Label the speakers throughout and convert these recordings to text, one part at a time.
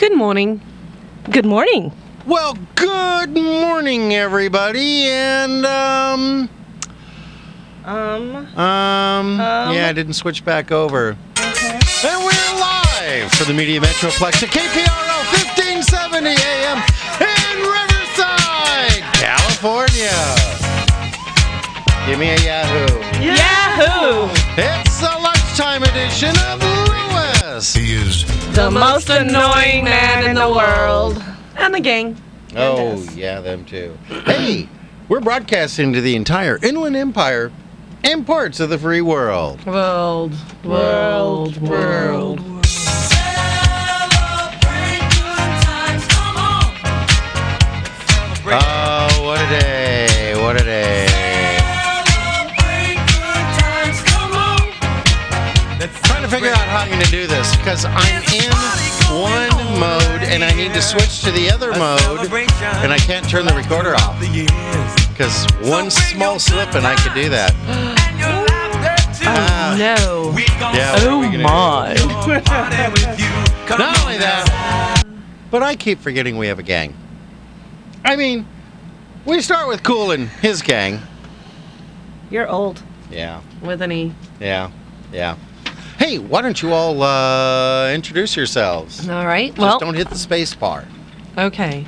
Speaker 1: Good morning.
Speaker 2: Good morning.
Speaker 3: Well, good morning, everybody, and um,
Speaker 2: Um,
Speaker 3: um, yeah, I didn't switch back over. And we're live for the Media Metroplex at KPRL 1570 AM in Riverside, California. Give me a Yahoo!
Speaker 2: Yahoo!
Speaker 3: It's the lunchtime edition of Lewis.
Speaker 4: He is
Speaker 2: The most annoying man in the world.
Speaker 1: And the gang.
Speaker 3: Oh, yeah, them too. Hey, we're broadcasting to the entire Inland Empire and parts of the free world.
Speaker 1: World. World. World.
Speaker 3: Oh, what a day! What a day! Trying to figure out how I'm going to do this because I'm in one mode and I need to switch to the other mode, and I can't turn the recorder off because one small slip and I could do that.
Speaker 2: Oh,
Speaker 3: Ah,
Speaker 1: No.
Speaker 3: yeah, what
Speaker 5: Oh
Speaker 3: are we gonna do? Oh Not only that, but I keep forgetting we have a gang. I mean, we start with Cool and his gang.
Speaker 2: You're old.
Speaker 3: Yeah.
Speaker 1: With an E.
Speaker 3: Yeah, yeah. Hey, why don't you all uh, introduce yourselves?
Speaker 1: All right.
Speaker 3: Just
Speaker 1: Well,
Speaker 3: don't hit the space bar.
Speaker 1: okay.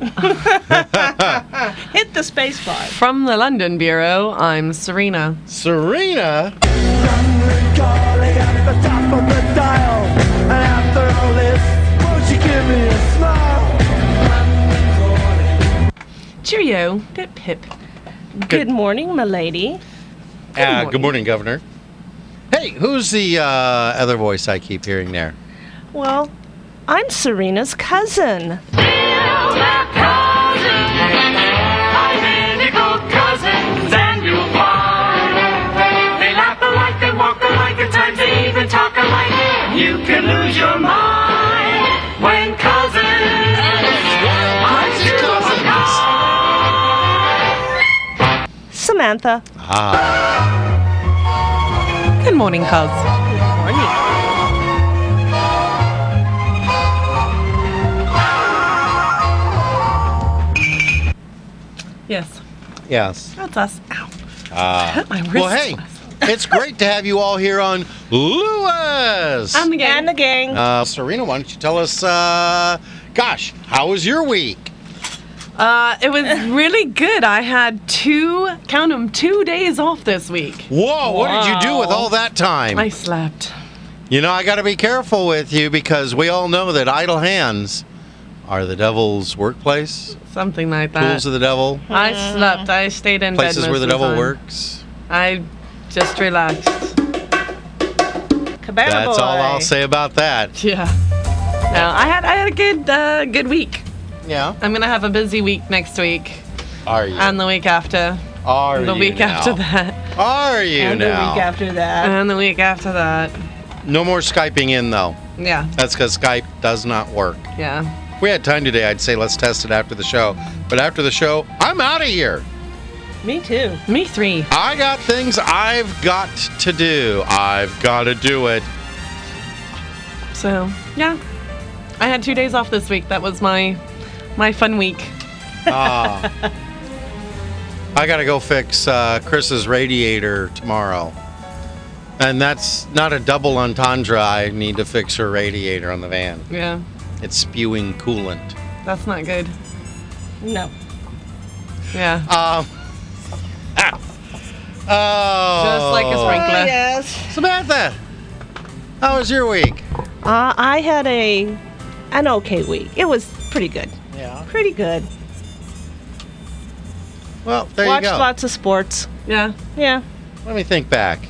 Speaker 2: Hit the space bar.
Speaker 1: From the London Bureau, I'm Serena.
Speaker 3: Serena,
Speaker 6: Calling at the top of the dial. And after all this, won't you give me a smile?
Speaker 1: Cheerio. Pip pip.
Speaker 2: Good morning, milady.
Speaker 3: good, uh, good morning, Governor. Hey, who's the uh, other voice I keep hearing there?
Speaker 2: Well, I'm Serena's cousin.
Speaker 7: You can lose your mind when cousins are still cousins.
Speaker 2: Samantha.
Speaker 3: Ah,
Speaker 1: Good morning, cuz. Yes.
Speaker 3: yes.
Speaker 1: That's us. Ow.
Speaker 3: Ah.
Speaker 1: My wrist.
Speaker 3: well, hey, it's great to have you all here on Lewis.
Speaker 1: I'm the gang.
Speaker 2: And the gang.
Speaker 3: Uh, Serena, why don't you tell us, uh, gosh, how was your week?
Speaker 1: Uh, it was really good. I had two, count 'em, two days off this week.
Speaker 3: Whoa, what did you do with
Speaker 1: Wow.
Speaker 3: all that time?
Speaker 1: I slept.
Speaker 3: You know, I got to be careful with you because we all know that idle hands are the devil's workplace,
Speaker 1: Something like that.
Speaker 3: tools of the devil,
Speaker 1: I slept. I stayed in
Speaker 3: places
Speaker 1: bed
Speaker 3: where the
Speaker 1: most of
Speaker 3: devil
Speaker 1: time.
Speaker 3: works.
Speaker 1: I just relaxed.
Speaker 2: Cabana
Speaker 3: That's
Speaker 2: boy.
Speaker 3: all I'll say about that.
Speaker 1: Yeah. No, I had I had a good uh, good week.
Speaker 3: Yeah.
Speaker 1: I'm gonna have a busy week next week
Speaker 3: Are you?
Speaker 1: and the week after,
Speaker 3: are
Speaker 1: the
Speaker 3: you
Speaker 1: week
Speaker 3: now?
Speaker 1: after
Speaker 3: Uh,
Speaker 1: that,
Speaker 3: Are you
Speaker 2: And the
Speaker 3: now?
Speaker 2: week after that.
Speaker 1: and the week after that.
Speaker 3: No more Skyping in though.
Speaker 1: Yeah,
Speaker 3: That's because Skype does not work.
Speaker 1: yeah.
Speaker 3: If we had time today, I'd say let's test it after the show. But after the show, I'm out of here.
Speaker 2: Me too.
Speaker 1: Me three.
Speaker 3: I got things I've got to do. I've got to do it.
Speaker 1: So yeah, I had two days off this week. That was my my fun week.
Speaker 3: Ah. I gotta go fix uh, Chris's radiator tomorrow. And that's not a double entendre. I need to fix her radiator on the van.
Speaker 1: Yeah,
Speaker 3: It's spewing coolant.
Speaker 1: that's not good.
Speaker 2: No.
Speaker 1: Yeah,
Speaker 3: Um, ah. Oh.
Speaker 1: Just like a sprinkler.
Speaker 2: Oh,
Speaker 1: Glad-
Speaker 2: yes.
Speaker 3: Samantha, how was your week?
Speaker 2: Uh, I had a an okay week. It was pretty good.
Speaker 3: Yeah.
Speaker 2: Pretty good.
Speaker 3: Well, there
Speaker 2: Watched
Speaker 3: you go.
Speaker 2: lots of sports.
Speaker 1: yeah.
Speaker 2: Yeah.
Speaker 3: Let me think back.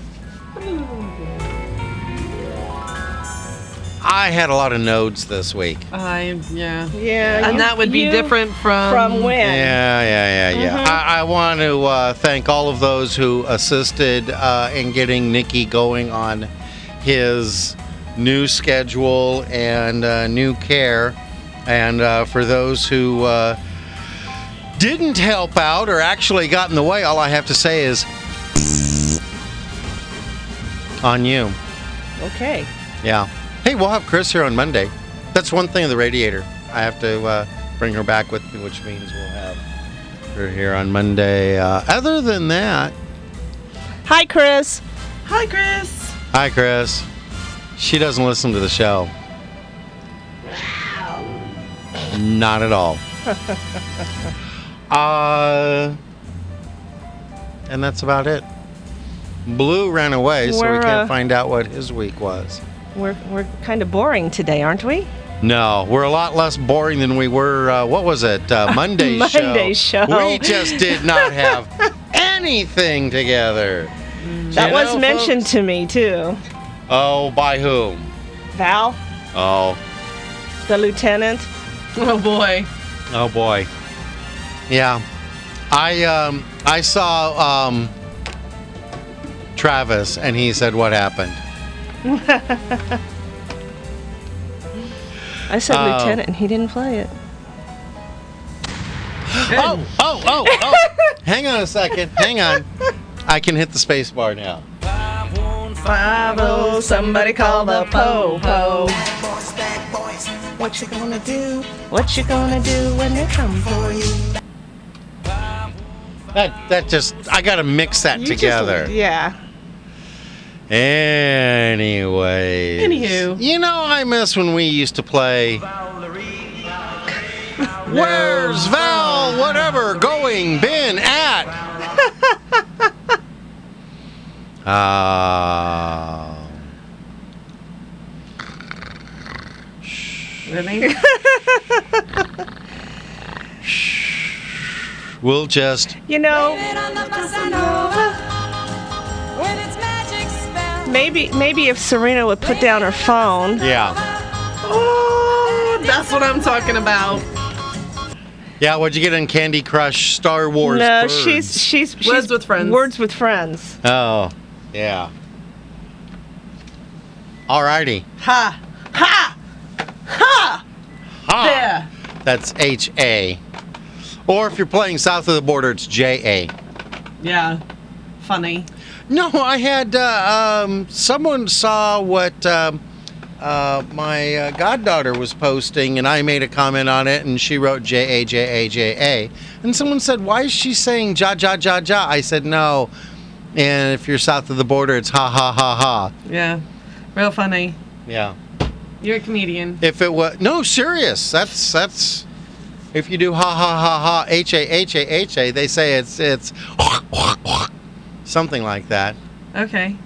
Speaker 3: I had a lot of nodes this week.
Speaker 1: I yeah.
Speaker 2: Yeah.
Speaker 1: And that would be different from
Speaker 2: from when?
Speaker 3: Yeah, yeah, yeah, yeah. I, I want to uh, thank all of those who assisted uh, in getting Nikki going on his new schedule and uh, new care. And uh, for those who uh, didn't help out or actually got in the way, all I have to say is on you.
Speaker 2: Okay.
Speaker 3: Yeah. Hey, we'll have Chris here on Monday. That's one thing of the radiator. I have to uh, bring her back with me, which means we'll have her here on Monday. Uh, other than that,
Speaker 2: Hi, Chris.
Speaker 1: Hi, Chris.
Speaker 3: hi, Chris. She doesn't listen to the show. Not at all. uh, and that's about it. Blue ran away, so we
Speaker 2: We're,
Speaker 3: can't
Speaker 2: uh,
Speaker 3: find out what his week was.
Speaker 2: We're, we're kind of boring today, aren't we?
Speaker 3: No, we're a lot less boring than we were. Uh, what was it? Uh, Monday's show.
Speaker 2: Monday's show.
Speaker 3: We just did not have anything together.
Speaker 2: That
Speaker 3: You
Speaker 2: was
Speaker 3: know,
Speaker 2: mentioned
Speaker 3: folks-
Speaker 2: to me, too.
Speaker 3: Oh, by whom?
Speaker 2: Val,
Speaker 3: Oh,
Speaker 2: the lieutenant.
Speaker 1: Oh boy.
Speaker 3: oh boy. Yeah, I um, I saw um, Travis, and he said, "What happened?"
Speaker 2: I said
Speaker 3: Oh.
Speaker 2: lieutenant, and he didn't play it.
Speaker 3: Oh, oh, oh, oh! Hang on a second. Hang on. I can hit the space bar now.
Speaker 2: Oh, somebody call the po-po.
Speaker 4: Boys, bad boys, what you gonna do
Speaker 2: What you gonna do when they come?
Speaker 4: for you?
Speaker 3: That that just I gotta mix that together.
Speaker 2: yeah.
Speaker 3: Anyways.
Speaker 1: Anywho.
Speaker 3: You know, I miss when we used to play. Where's Val, whatever, going, been at? Ah.
Speaker 1: Really?
Speaker 3: we'll just.
Speaker 2: You know,
Speaker 8: Blame it on the bossa nova. With its magic spell.
Speaker 2: maybe maybe if Serena would put down her phone.
Speaker 3: Yeah.
Speaker 1: oh, that's what I'm talking about.
Speaker 3: Yeah, what'd you get in Candy Crush Star Wars?
Speaker 2: No,
Speaker 3: Birds?
Speaker 2: she's, she's she's
Speaker 1: Words with friends.
Speaker 2: Words with friends.
Speaker 3: Oh, yeah. Alrighty.
Speaker 1: Ha. Ha.
Speaker 3: Ah. That's H A. Or if you're playing south of the border, it's J A.
Speaker 1: Yeah. Funny.
Speaker 3: No, I had uh, um, someone saw what um, uh, my uh, goddaughter was posting, and I made a comment on it, and she wrote J A J A J A. And someone said, "Why is she saying ja ja ja ja?" I said, "No." And if you're south of the border, it's ha ha ha ha.
Speaker 1: Yeah. Real funny.
Speaker 3: Yeah.
Speaker 1: You're a comedian.
Speaker 3: If it was no serious, that's that's. If you do ha ha ha ha h a h a h a, they say it's it's something like that.
Speaker 1: Okay.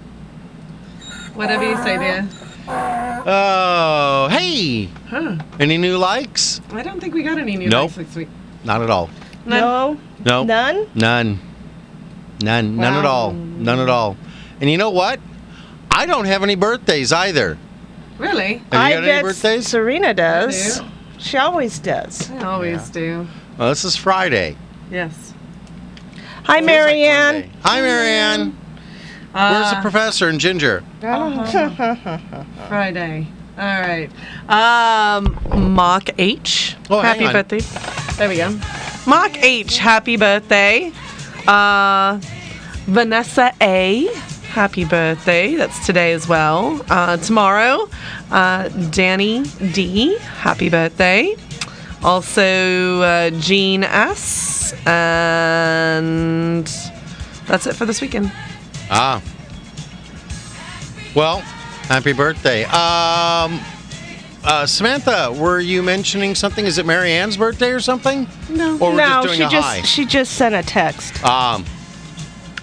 Speaker 1: Whatever you say, dear.
Speaker 3: Oh, hey!
Speaker 1: Huh.
Speaker 3: Any new likes?
Speaker 1: I don't think we got any new
Speaker 3: Nope.
Speaker 1: likes this week.
Speaker 3: Not at all.
Speaker 1: None.
Speaker 2: No,
Speaker 3: No.
Speaker 2: none.
Speaker 3: None. None. None at all.
Speaker 1: Wow.
Speaker 3: None at all. And you know what? I don't have any birthdays either.
Speaker 1: Really?
Speaker 3: Have
Speaker 2: I
Speaker 3: you got
Speaker 2: bet
Speaker 3: any birthdays?
Speaker 2: Serena does.
Speaker 1: do.
Speaker 2: She always does.
Speaker 1: I always do.
Speaker 3: Well, this is Friday.
Speaker 1: Yes.
Speaker 2: Hi,
Speaker 3: Feels like
Speaker 2: Marianne.
Speaker 3: Monday. Hi, Marianne. Where's the
Speaker 1: Uh,
Speaker 3: professor and Ginger?
Speaker 1: Friday. All right. Um, Mock H.
Speaker 3: Oh, hang
Speaker 1: happy
Speaker 3: on.
Speaker 1: birthday. There we go. Mock H. Happy birthday. Uh, Vanessa A. Happy birthday. That's today as well. Uh, tomorrow, uh, Danny D. Happy birthday. Also, uh, Jean S. And that's it for this weekend.
Speaker 3: Ah. Well, happy birthday. Um, uh, Samantha, were you mentioning something? Is it Marianne's birthday or something?
Speaker 1: No.
Speaker 3: Or we're
Speaker 2: no,
Speaker 3: just doing
Speaker 2: she
Speaker 3: a
Speaker 2: just
Speaker 3: high?
Speaker 2: she just sent a text.
Speaker 3: Um,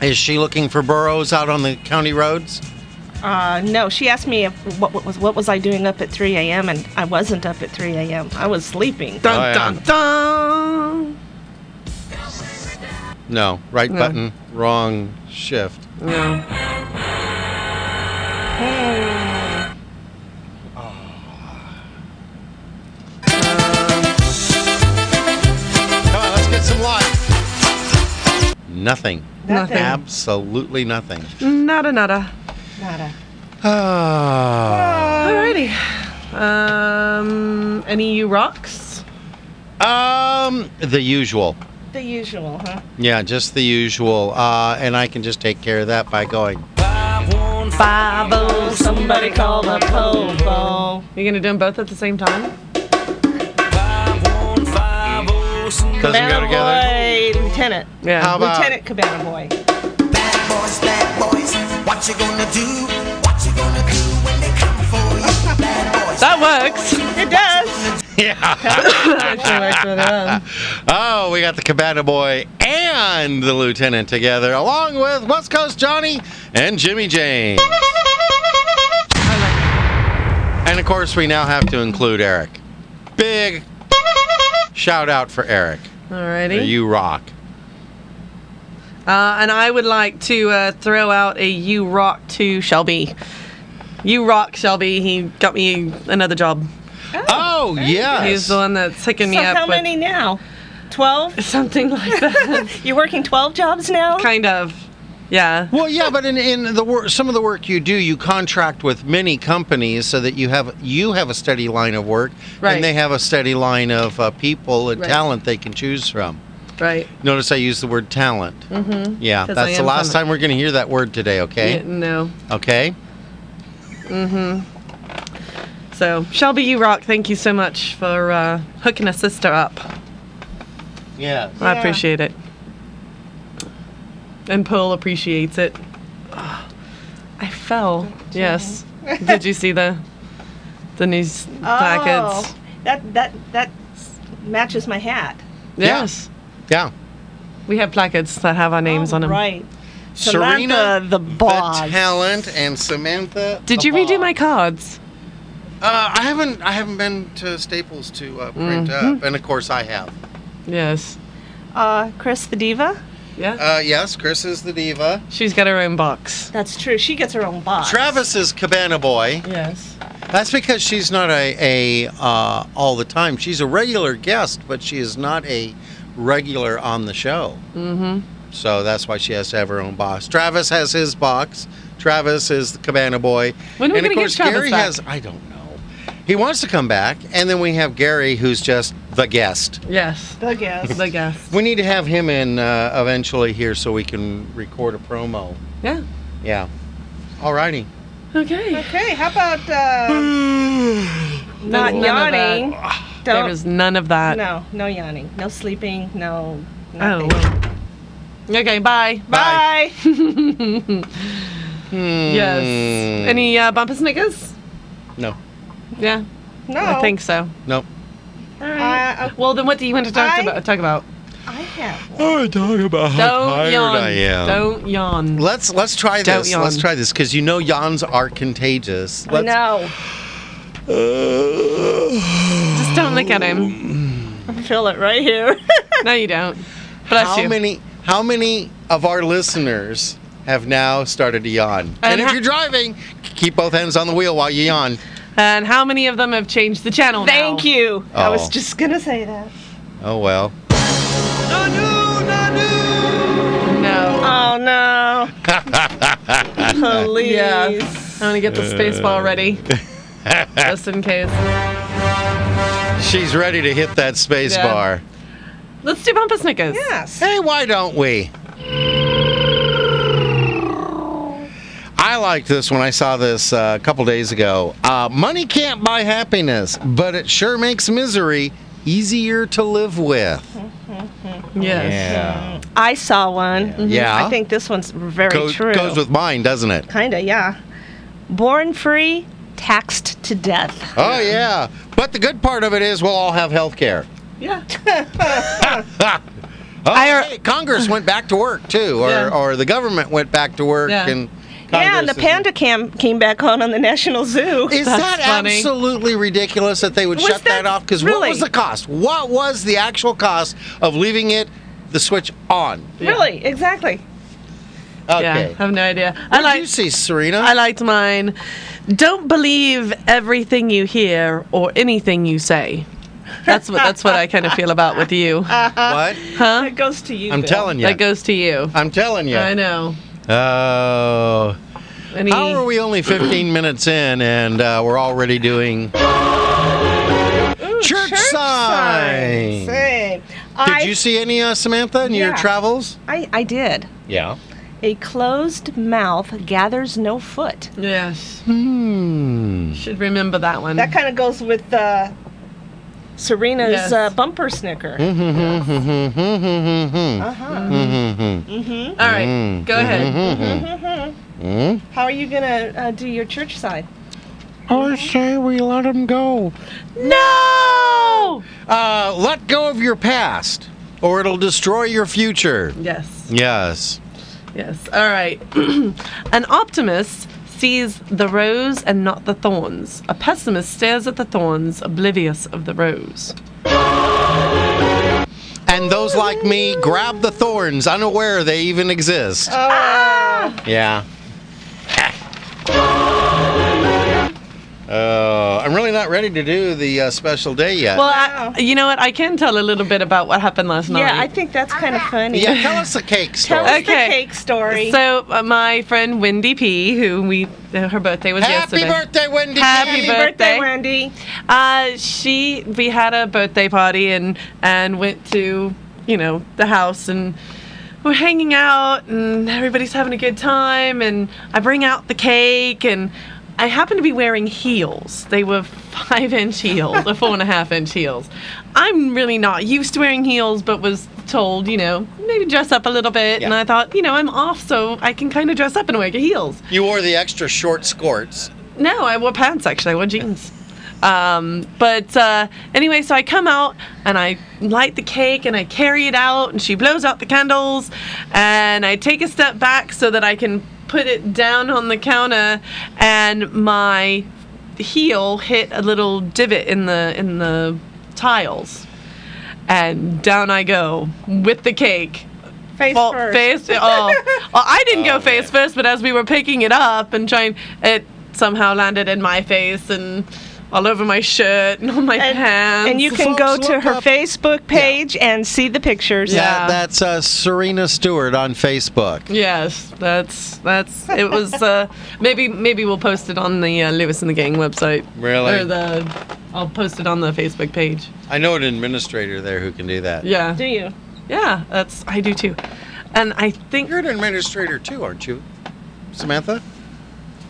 Speaker 3: is she looking for burrows out on the county roads?
Speaker 2: Uh, no, she asked me if, what, what was what was I doing up at 3 a.m. and I wasn't up at 3 a.m. I was sleeping.
Speaker 1: Dun,
Speaker 3: Oh, yeah.
Speaker 1: dun, dun.
Speaker 3: No, right
Speaker 1: No.
Speaker 3: button, wrong shift.
Speaker 1: No.
Speaker 3: Come on, let's get some light. Nothing.
Speaker 1: Nothing.
Speaker 3: Absolutely nothing.
Speaker 1: Nada, nada.
Speaker 2: Nada.
Speaker 3: Ah.
Speaker 1: Alrighty. Um, any you rocks?
Speaker 3: um, the usual.
Speaker 2: The usual, huh?
Speaker 3: Yeah, just the usual. Uh, and I can just take care of that by going.
Speaker 6: I won't
Speaker 2: 5 somebody call the po
Speaker 1: You're gonna do them both at the same time?
Speaker 3: oh, Doesn't go
Speaker 2: Cabana
Speaker 3: together.
Speaker 2: Boy Lieutenant.
Speaker 1: Yeah.
Speaker 3: How about-
Speaker 2: Lieutenant Cabana Boy.
Speaker 4: Bad boys, bad boys, what you gonna do? What you gonna do when they come for you? Bad boys.
Speaker 1: that works.
Speaker 2: It does.
Speaker 3: Yeah.
Speaker 1: Actually works really well.
Speaker 3: Oh, we got the Cabana Boy and the Lieutenant together, along with West Coast Johnny and Jimmy Jane. And of course, we now have to include Eric. Big shout out for Eric.
Speaker 1: Alrighty.
Speaker 3: You rock.
Speaker 1: Uh, and I would like to uh, throw out a "You Rock" to Shelby. You rock, Shelby. He got me another job.
Speaker 3: Oh,
Speaker 1: He's
Speaker 3: yes.
Speaker 1: the one that's hooking me
Speaker 2: so
Speaker 1: up
Speaker 2: how
Speaker 1: with
Speaker 2: many now? 12?
Speaker 1: something like that.
Speaker 2: You're working 12 jobs now?
Speaker 1: kind of. Yeah.
Speaker 3: Well, yeah, but in, in the wor- some of the work you do, you contract with many companies so that you have you have a steady line of work,
Speaker 1: Right.
Speaker 3: and they have a steady line of uh, people and
Speaker 1: Right.
Speaker 3: talent they can choose from.
Speaker 1: Right.
Speaker 3: Notice I used the word talent. Mm-hmm. Yeah,
Speaker 1: 'Cause I
Speaker 3: that's the
Speaker 1: am
Speaker 3: last
Speaker 1: talent.
Speaker 3: time we're going to hear that word today.
Speaker 1: Yeah,
Speaker 3: Okay.
Speaker 1: no.
Speaker 3: Okay.
Speaker 1: So Shelby, you rock. Thank you so much for uh, hooking a sister up.
Speaker 3: Yeah.
Speaker 1: I
Speaker 2: Yeah.
Speaker 1: appreciate it. And Pearl appreciates it. I fell. Yes. Did you see the the news packets?
Speaker 2: Oh, that, that, that s- matches my hat.
Speaker 1: Yes.
Speaker 3: Yeah.
Speaker 1: We have placards that have our names on them.
Speaker 2: Oh, Right.
Speaker 3: Serena,
Speaker 2: Samantha the boss.
Speaker 3: talent, and Samantha.
Speaker 1: Did
Speaker 3: the
Speaker 1: you redo
Speaker 3: boss.
Speaker 1: my cards?
Speaker 3: Uh, I haven't. I haven't been to Staples to uh, print
Speaker 1: Mm-hmm.
Speaker 3: up, and of course I have.
Speaker 1: Yes.
Speaker 2: Uh, Chris the Diva.
Speaker 1: Yeah.
Speaker 3: Uh, yes, Chris is the diva.
Speaker 1: She's got her own box.
Speaker 2: That's true. She gets her own box.
Speaker 3: Travis is Cabana Boy.
Speaker 1: Yes.
Speaker 3: That's because she's not a, a uh, all the time. She's a regular guest, but she is not a regular on the show. Mm-hmm. So that's why she has to have her own box. Travis has his box. Travis is the Cabana Boy.
Speaker 1: When are we
Speaker 3: and of
Speaker 1: gonna get
Speaker 3: course,
Speaker 1: Travis
Speaker 3: Gary
Speaker 1: back?
Speaker 3: has. I don't know. He wants to come back, and then we have Gary, who's just the guest.
Speaker 1: Yes.
Speaker 2: The guest.
Speaker 1: The guest.
Speaker 3: We need to have him in uh, eventually here so we can record a promo.
Speaker 1: Yeah.
Speaker 3: Yeah. Alrighty.
Speaker 1: Okay.
Speaker 2: okay, how about uh, not
Speaker 1: None of that.
Speaker 2: yawning? Don't.
Speaker 1: There was none of that.
Speaker 2: no, no yawning. No sleeping. No.
Speaker 1: Oh.
Speaker 2: Nothing.
Speaker 1: well. Okay. Bye.
Speaker 2: Bye.
Speaker 1: Mm. Yes.
Speaker 3: Hmm.
Speaker 1: Any uh, bumper snickers?
Speaker 3: No.
Speaker 1: Yeah.
Speaker 2: No.
Speaker 1: I think so.
Speaker 3: No.
Speaker 2: Uh,
Speaker 1: Well, then what do you want to talk
Speaker 2: I-
Speaker 1: about? Talk about.
Speaker 2: I have.
Speaker 3: Oh, talk about how
Speaker 1: Don't yawn. Don't yawn.
Speaker 3: Let's let's try
Speaker 1: Don't
Speaker 3: this.
Speaker 1: yawn.
Speaker 3: Let's try this because you know yawns are contagious. Let's,
Speaker 2: no.
Speaker 1: Just don't look at him.
Speaker 2: I feel it right here.
Speaker 1: No, you don't. Bless
Speaker 3: how
Speaker 1: you.
Speaker 3: many how many of our listeners have now started to yawn? And,
Speaker 1: And
Speaker 3: if
Speaker 1: ha-
Speaker 3: you're driving, keep both hands on the wheel while you yawn.
Speaker 1: and how many of them have changed the channel?
Speaker 2: Thank you. I
Speaker 3: Oh.
Speaker 2: was just gonna say that.
Speaker 3: Oh well.
Speaker 1: you. No.
Speaker 2: Oh no. Please.
Speaker 1: Yeah. I'm gonna get
Speaker 3: Uh.
Speaker 1: the space ball ready, just in case.
Speaker 3: She's ready to hit that space
Speaker 1: Yeah.
Speaker 3: bar.
Speaker 1: Let's do bumper snickers.
Speaker 2: Yes.
Speaker 3: Hey, why don't we? I liked this when I saw this uh, a couple days ago. Uh, money can't buy happiness, but it sure makes misery easier to live with.
Speaker 1: Yes.
Speaker 3: Yeah.
Speaker 2: I saw one.
Speaker 3: Yeah.
Speaker 2: I think this one's very
Speaker 3: Goes,
Speaker 2: true.
Speaker 3: goes with mine, doesn't it?
Speaker 2: Kinda, yeah. Born free, taxed to death.
Speaker 3: Oh, yeah. But the good part of it is we'll all have health care.
Speaker 2: Yeah.
Speaker 3: Oh,
Speaker 1: I-
Speaker 3: hey, Congress went back to work, too, or,
Speaker 1: Yeah.
Speaker 3: or the government went back to work.
Speaker 1: Yeah.
Speaker 3: and
Speaker 2: yeah, and the
Speaker 3: Congress is-
Speaker 2: panda cam came back on on the National Zoo.
Speaker 3: Is
Speaker 1: That's
Speaker 3: that
Speaker 1: funny.
Speaker 3: absolutely ridiculous that they would
Speaker 2: Was
Speaker 3: shut that,
Speaker 2: that-
Speaker 3: off? Because what
Speaker 2: really?
Speaker 3: was the cost? What was the actual cost of leaving it, the switch on?
Speaker 2: Really? Exactly.
Speaker 1: Yeah.
Speaker 3: Okay.
Speaker 1: I have no idea. I
Speaker 3: What did
Speaker 1: like.
Speaker 3: you see, Serena?
Speaker 1: I liked mine. Don't believe everything you hear or anything you say. That's what that's what I kind of feel about with you.
Speaker 3: what?
Speaker 1: Huh?
Speaker 2: That goes to you.
Speaker 3: I'm
Speaker 2: Bill.
Speaker 3: telling you.
Speaker 1: That goes to you.
Speaker 3: I'm telling you.
Speaker 1: I know.
Speaker 3: Oh.
Speaker 1: Any,
Speaker 3: How are we only 15 minutes in and uh, we're already doing church, sign?
Speaker 2: Same.
Speaker 3: Did
Speaker 2: I,
Speaker 3: you see any, uh, Samantha, in your
Speaker 2: Yeah.
Speaker 3: travels?
Speaker 2: I, I did.
Speaker 3: Yeah.
Speaker 2: A closed mouth gathers no foot.
Speaker 3: Mm.
Speaker 1: Yes.
Speaker 3: Hmm.
Speaker 1: Should remember that one.
Speaker 2: That kind of goes with uh, Serena's
Speaker 1: Yes.
Speaker 2: uh, bumper snicker.
Speaker 3: Mm-hmm. Hmm,
Speaker 1: All
Speaker 3: Mm-hmm.
Speaker 1: right. Go ahead.
Speaker 2: How are you gonna uh, do your church side?
Speaker 3: I say we let him go.
Speaker 1: No.
Speaker 3: Uh, let go of your past, or it'll destroy your future.
Speaker 1: Yes.
Speaker 3: Yes.
Speaker 1: Yes. All right. An optimist sees the rose and not the thorns. A pessimist stares at the thorns, oblivious of the rose.
Speaker 3: And those like me grab the thorns, unaware they even exist. Ah. Yeah. Oh, I'm really not ready to do the uh, special day yet.
Speaker 1: Well, I, you know what? I can tell a little bit about what happened last night.
Speaker 2: Yeah, I think that's kind of funny.
Speaker 3: yeah, tell us a cake story.
Speaker 2: Tell us
Speaker 1: Okay.
Speaker 2: the cake story.
Speaker 1: So uh, my friend Wendy P, who we her birthday was
Speaker 3: Happy
Speaker 1: yesterday.
Speaker 3: birthday, Wendy.
Speaker 1: Happy
Speaker 3: P.
Speaker 2: Happy birthday,
Speaker 1: birthday.
Speaker 2: Wendy.
Speaker 1: Uh, she we had a birthday party and and went to you know the house and we're hanging out and everybody's having a good time and I bring out the cake and I happen to be wearing heels. They were five inch heels, or four and a half inch heels. I'm really not used to wearing heels, but was told, you know, maybe dress up a little bit. And
Speaker 3: Yeah.
Speaker 1: I thought, you know, I'm off, so I can kind of dress up and wear heels.
Speaker 3: You wore the extra short skorts.
Speaker 1: No, I wore pants actually. I wore jeans. Um, but uh, anyway, so I come out and I light the cake and I carry it out and she blows out the candles and I take a step back so that I can put it down on the counter and my heel hit a little divot in the in the tiles and down I go with the cake
Speaker 2: Face
Speaker 1: fall
Speaker 2: first.
Speaker 1: face. Oh, well, I didn't
Speaker 3: Oh,
Speaker 1: go face
Speaker 3: man.
Speaker 1: first, but as we were picking it up and trying, it somehow landed in my face and all over my shirt and on my
Speaker 2: And-
Speaker 1: pants.
Speaker 2: And you can
Speaker 3: Folks,
Speaker 2: go to
Speaker 3: look
Speaker 2: her
Speaker 3: up-
Speaker 2: Facebook page and see the pictures.
Speaker 1: Yeah.
Speaker 3: that's uh, Serena Stewart on Facebook.
Speaker 1: Yes, that's that's. It was uh, maybe maybe we'll post it on the uh, Lewis and the Gang website.
Speaker 3: Really?
Speaker 1: Or the I'll post it on the Facebook page.
Speaker 3: I know an administrator there who can do that.
Speaker 1: Yeah,
Speaker 2: Do you?
Speaker 1: yeah, that's I do too, and I think
Speaker 3: You're an administrator too, aren't you, Samantha?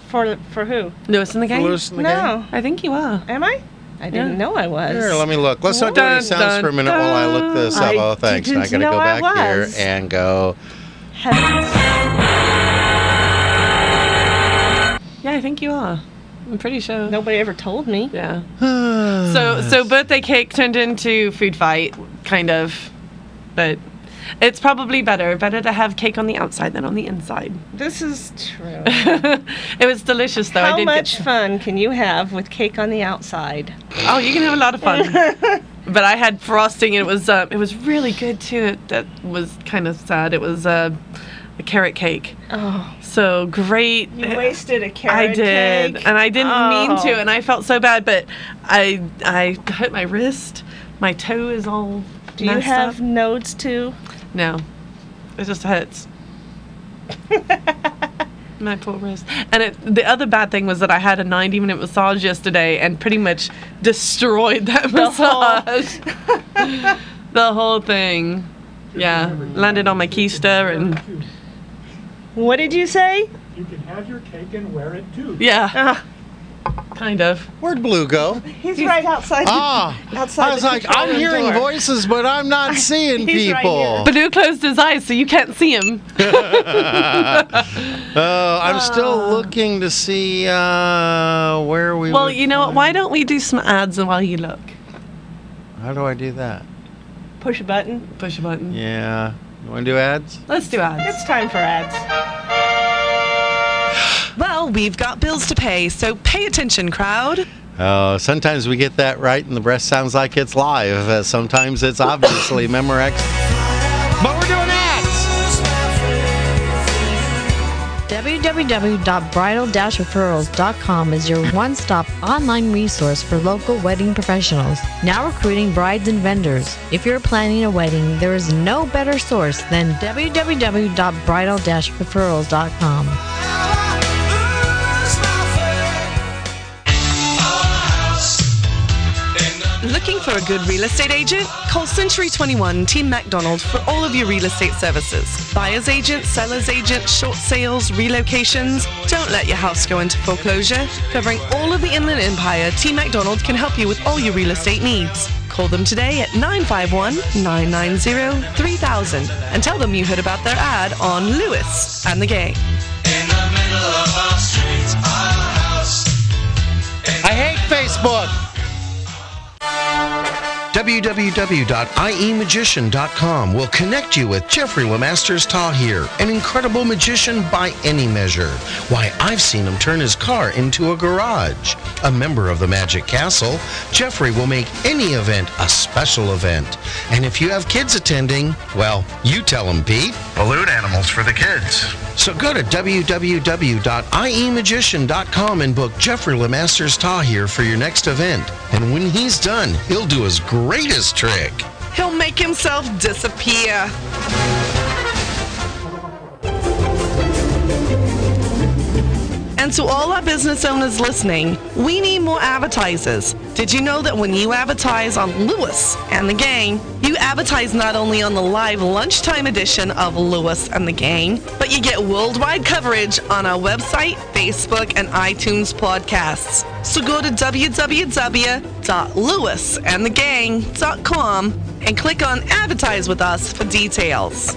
Speaker 2: For for who?
Speaker 1: Lewis and the Gang.
Speaker 3: Lewis and the Gang?
Speaker 2: No.
Speaker 1: I think you are.
Speaker 2: Am I? I didn't
Speaker 1: Yeah.
Speaker 2: know I was.
Speaker 3: Here, let me look. Let's not do
Speaker 1: Dun,
Speaker 3: any sounds
Speaker 1: dun,
Speaker 3: for a minute while I look this up.
Speaker 2: dun.
Speaker 3: Oh, thanks.
Speaker 2: I
Speaker 3: I gotta
Speaker 2: didn't
Speaker 3: go
Speaker 2: know I
Speaker 3: back here
Speaker 2: was.
Speaker 3: and go.
Speaker 1: Yeah, I think you are. I'm pretty sure.
Speaker 2: Nobody ever told me.
Speaker 1: Yeah. so so birthday cake turned into food fight, kind of, but it's probably better better to have cake on the outside than on the inside.
Speaker 2: This is true.
Speaker 1: it was delicious though. I
Speaker 2: How
Speaker 1: did
Speaker 2: much
Speaker 1: Get,
Speaker 2: fun can you have with cake on the outside?
Speaker 1: oh, you can have a lot of fun. but I had frosting and it was uh, it was really good too. It, that was kind of sad. It was uh, a carrot cake.
Speaker 2: Oh,
Speaker 1: So great.
Speaker 2: wasted a
Speaker 1: I
Speaker 2: carrot
Speaker 1: did, and I didn't mean to,
Speaker 2: Oh.
Speaker 1: and I felt so bad. But I I hurt my wrist. My toe is all.
Speaker 2: Do you
Speaker 1: messed
Speaker 2: have
Speaker 1: up.
Speaker 2: nodes too?
Speaker 1: No, it just hurts. My poor wrist. And it, the other bad thing was that I had a 90 minute massage yesterday and pretty much destroyed that massage. the whole thing. Yeah, landed on my keister and
Speaker 2: What did you say?
Speaker 6: You can have your cake and wear it too.
Speaker 1: yeah,
Speaker 2: Ah,
Speaker 1: kind of.
Speaker 3: Where'd Blue go?
Speaker 2: he's, right outside.
Speaker 3: Ah,
Speaker 2: Outside
Speaker 3: I was
Speaker 2: the
Speaker 3: like,
Speaker 2: control
Speaker 3: I'm
Speaker 2: room
Speaker 3: hearing
Speaker 2: door.
Speaker 3: voices, but I'm not seeing
Speaker 2: He's right
Speaker 3: people.
Speaker 1: Blue closed his eyes so you can't see him.
Speaker 3: Oh, I'm still looking to see uh, where we.
Speaker 1: Well,
Speaker 3: would
Speaker 1: you know what?
Speaker 3: find-
Speaker 1: Why don't we do some ads while you look?
Speaker 3: How do I do that?
Speaker 2: Push a button.
Speaker 1: Push a button.
Speaker 3: Yeah. You want to do ads?
Speaker 1: Let's do ads.
Speaker 2: It's time for ads.
Speaker 1: Well, we've got bills to pay, so pay attention, crowd.
Speaker 3: Oh, sometimes we get that right, and the breast sounds like it's live. Uh, sometimes it's obviously Memorex. But we're doing ads.
Speaker 9: www.bridal-referrals.com is your one-stop online resource for local wedding professionals, now recruiting brides and vendors. If you're planning a wedding, there is no better source than www.bridal-referrals.com.
Speaker 1: Looking for a good real estate agent? Call Century 21 Team MacDonald for all of your real estate services. Buyer's agent, seller's agent, short sales, relocations. Don't let your house go into foreclosure. Covering all of the Inland Empire, Team MacDonald can help you with all your real estate needs. Call them today at 951 990 3000 and tell them you heard about their ad on Lewis and the Gang.
Speaker 3: I hate Facebook. E www.iemagician.com will connect you with Jeffrey Lemasters Tahir, an incredible magician by any measure. Why, I've seen him turn his car into a garage. A member of the Magic Castle, Jeffrey will make any event a special event. And if you have kids attending, well, you tell them, Pete.
Speaker 10: Balloon animals for the kids.
Speaker 3: So go to E www.iemagician.com and book Jeffrey Lemasters Tahir for your next event. And when he's done, he'll do his greatest trick.
Speaker 1: He'll make himself disappear. And to all our business owners listening, we need more advertisers. Did you know that when you advertise on Lewis and the Gang, you advertise not only on the live lunchtime edition of Lewis and the Gang, but you get worldwide coverage on our website, Facebook, and iTunes podcasts. So go to www.lewisandthegang.com and click on Advertise with Us for details.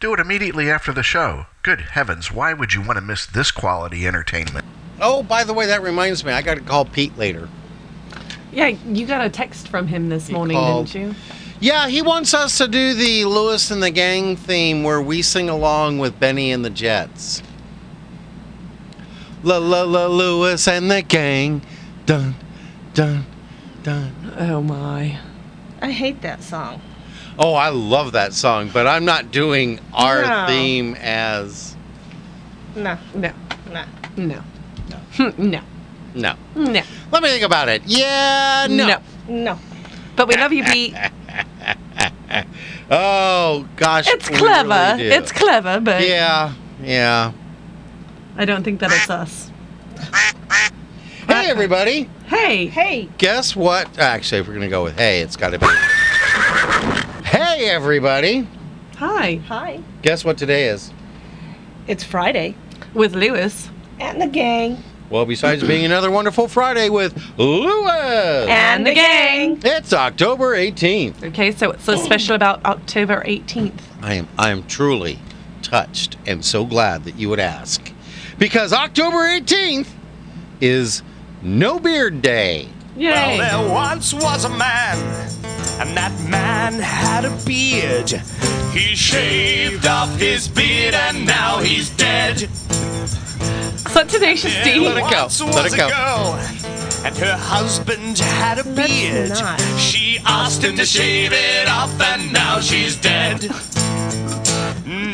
Speaker 10: Do it immediately after the show. Good heavens, why would you want to miss this quality entertainment?
Speaker 3: Oh, by the way, that reminds me, I got to call Pete later.
Speaker 1: Yeah, you got a text from him this morning,
Speaker 3: called.
Speaker 1: didn't you?
Speaker 3: Yeah, he wants us to do the Lewis and the Gang theme where we sing along with Benny and the Jets. La la la Lewis and the Gang. Dun, dun, dun.
Speaker 1: Oh my.
Speaker 2: I hate that song.
Speaker 3: Oh, I love that song, but I'm not doing our
Speaker 2: No.
Speaker 3: theme as.
Speaker 2: No,
Speaker 1: No,
Speaker 2: no.
Speaker 1: no. No. no.
Speaker 3: No.
Speaker 1: No.
Speaker 3: Let me think about it. Yeah, no.
Speaker 2: No.
Speaker 1: But we love you, Pete.
Speaker 3: Oh, gosh.
Speaker 1: It's
Speaker 3: we
Speaker 1: clever.
Speaker 3: really do.
Speaker 1: it's clever, but
Speaker 3: Yeah, yeah.
Speaker 1: I don't think that it's us. Uh-uh.
Speaker 3: Hey, everybody.
Speaker 1: Hey.
Speaker 2: Hey,
Speaker 3: Guess what? Actually, if we're gonna go with hey, it's gotta be. hey, everybody!
Speaker 1: Hi.
Speaker 2: hi.
Speaker 3: Guess what today is?
Speaker 2: It's Friday.
Speaker 1: With Lewis.
Speaker 2: And the gang.
Speaker 3: Well, besides being another wonderful Friday with Lewis,
Speaker 1: And the gang.
Speaker 3: it's October 18th.
Speaker 1: Okay, so what's so special about October 18th?
Speaker 3: I am I am truly touched and so glad that you would ask, because October 18th is No Beard Day.
Speaker 1: Yay.
Speaker 5: Well, there once was a man, and that man had a beard. He shaved off his beard, and now he's dead.
Speaker 1: so tenacious D.
Speaker 3: Let it go.
Speaker 5: Once
Speaker 3: Let
Speaker 5: was
Speaker 3: it
Speaker 5: a
Speaker 3: go.
Speaker 5: girl, and her husband had a beard.
Speaker 2: not.
Speaker 5: She asked him to shave it off, and now she's dead.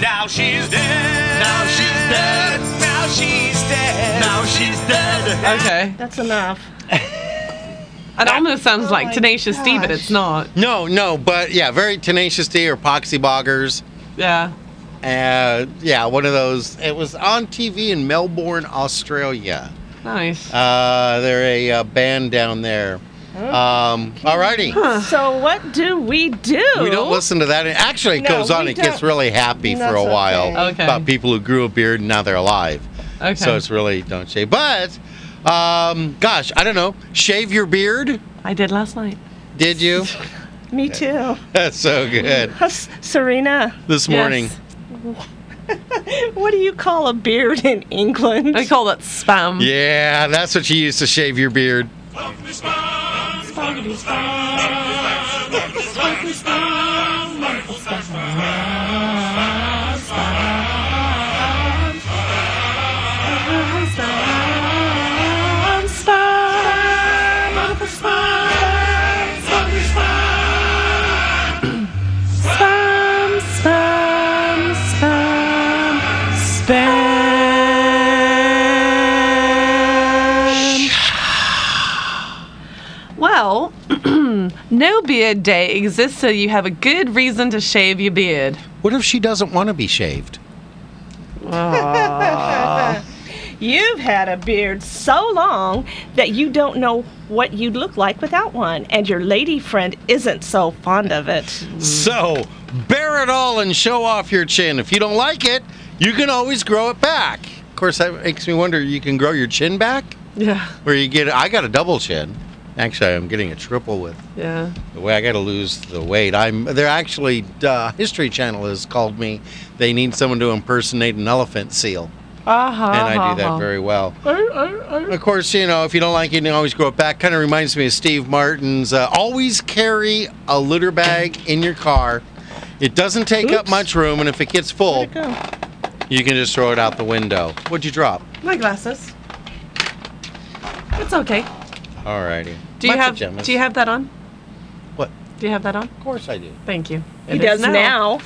Speaker 5: Now she's dead. Now she's dead. Now she's dead. Now she's dead.
Speaker 1: Okay.
Speaker 2: That's enough.
Speaker 1: It almost sounds
Speaker 3: oh
Speaker 1: like Tenacious D, but it's not.
Speaker 3: No, no, but yeah, very tenacious D or poxy boggers.
Speaker 1: Yeah.
Speaker 3: Uh, yeah, one of those. It was on TV in Melbourne, Australia.
Speaker 1: Nice.
Speaker 3: Uh, they're a uh, band down there.
Speaker 2: Oh.
Speaker 3: Um, alrighty.
Speaker 2: So what do we do?
Speaker 3: We don't listen to that. It actually
Speaker 2: No,
Speaker 3: goes on.
Speaker 2: we
Speaker 3: It gets
Speaker 2: don't.
Speaker 3: really happy for
Speaker 2: That's
Speaker 3: a while
Speaker 2: okay.
Speaker 1: Okay.
Speaker 3: about people who grew a beard and now they're alive.
Speaker 1: Okay.
Speaker 3: So it's really don't shave. But, um, gosh, I don't know. Shave your beard?
Speaker 1: I did last night.
Speaker 3: Did you?
Speaker 2: Me too.
Speaker 3: That's so good.
Speaker 2: Us- Serena,
Speaker 3: This morning.
Speaker 1: Yes.
Speaker 2: what do you call a beard in England?
Speaker 1: They call that spam.
Speaker 3: Yeah, that's what you used to shave your beard.
Speaker 1: No Beard Day exists so you have a good reason to shave your beard.
Speaker 3: What if she doesn't want to be shaved?
Speaker 2: You've had a beard so long that you don't know what you'd look like without one, and your lady friend isn't so fond of it.
Speaker 3: So, bear it all and show off your chin. If you don't like it, you can always grow it back. Of course, that makes me wonder you can grow your chin back?
Speaker 1: Yeah,
Speaker 3: Where you get, I got a double chin. Actually, I'm getting a triple with
Speaker 1: yeah.
Speaker 3: the way I got to lose the weight. I'm, they're actually, uh, History Channel has called me. They need someone to impersonate an elephant seal.
Speaker 1: Uh-huh,
Speaker 3: and I do that very well. Of course, you know, if you don't like it, you can always grow it back. Kind of reminds me of Steve Martin's uh, always carry a litter bag in your car. It doesn't take up
Speaker 2: Oops.
Speaker 3: much room, and if it gets full,
Speaker 2: Go.
Speaker 3: you can just throw it out the window. What'd you drop?
Speaker 1: My glasses. It's okay.
Speaker 3: Alrighty.
Speaker 1: Do you
Speaker 3: My
Speaker 1: have
Speaker 3: pajamas.
Speaker 1: Do you have that on?
Speaker 3: What?
Speaker 1: Do you have that on?
Speaker 3: Of course I do.
Speaker 1: Thank you.
Speaker 2: He
Speaker 1: It
Speaker 2: does
Speaker 1: is
Speaker 2: now.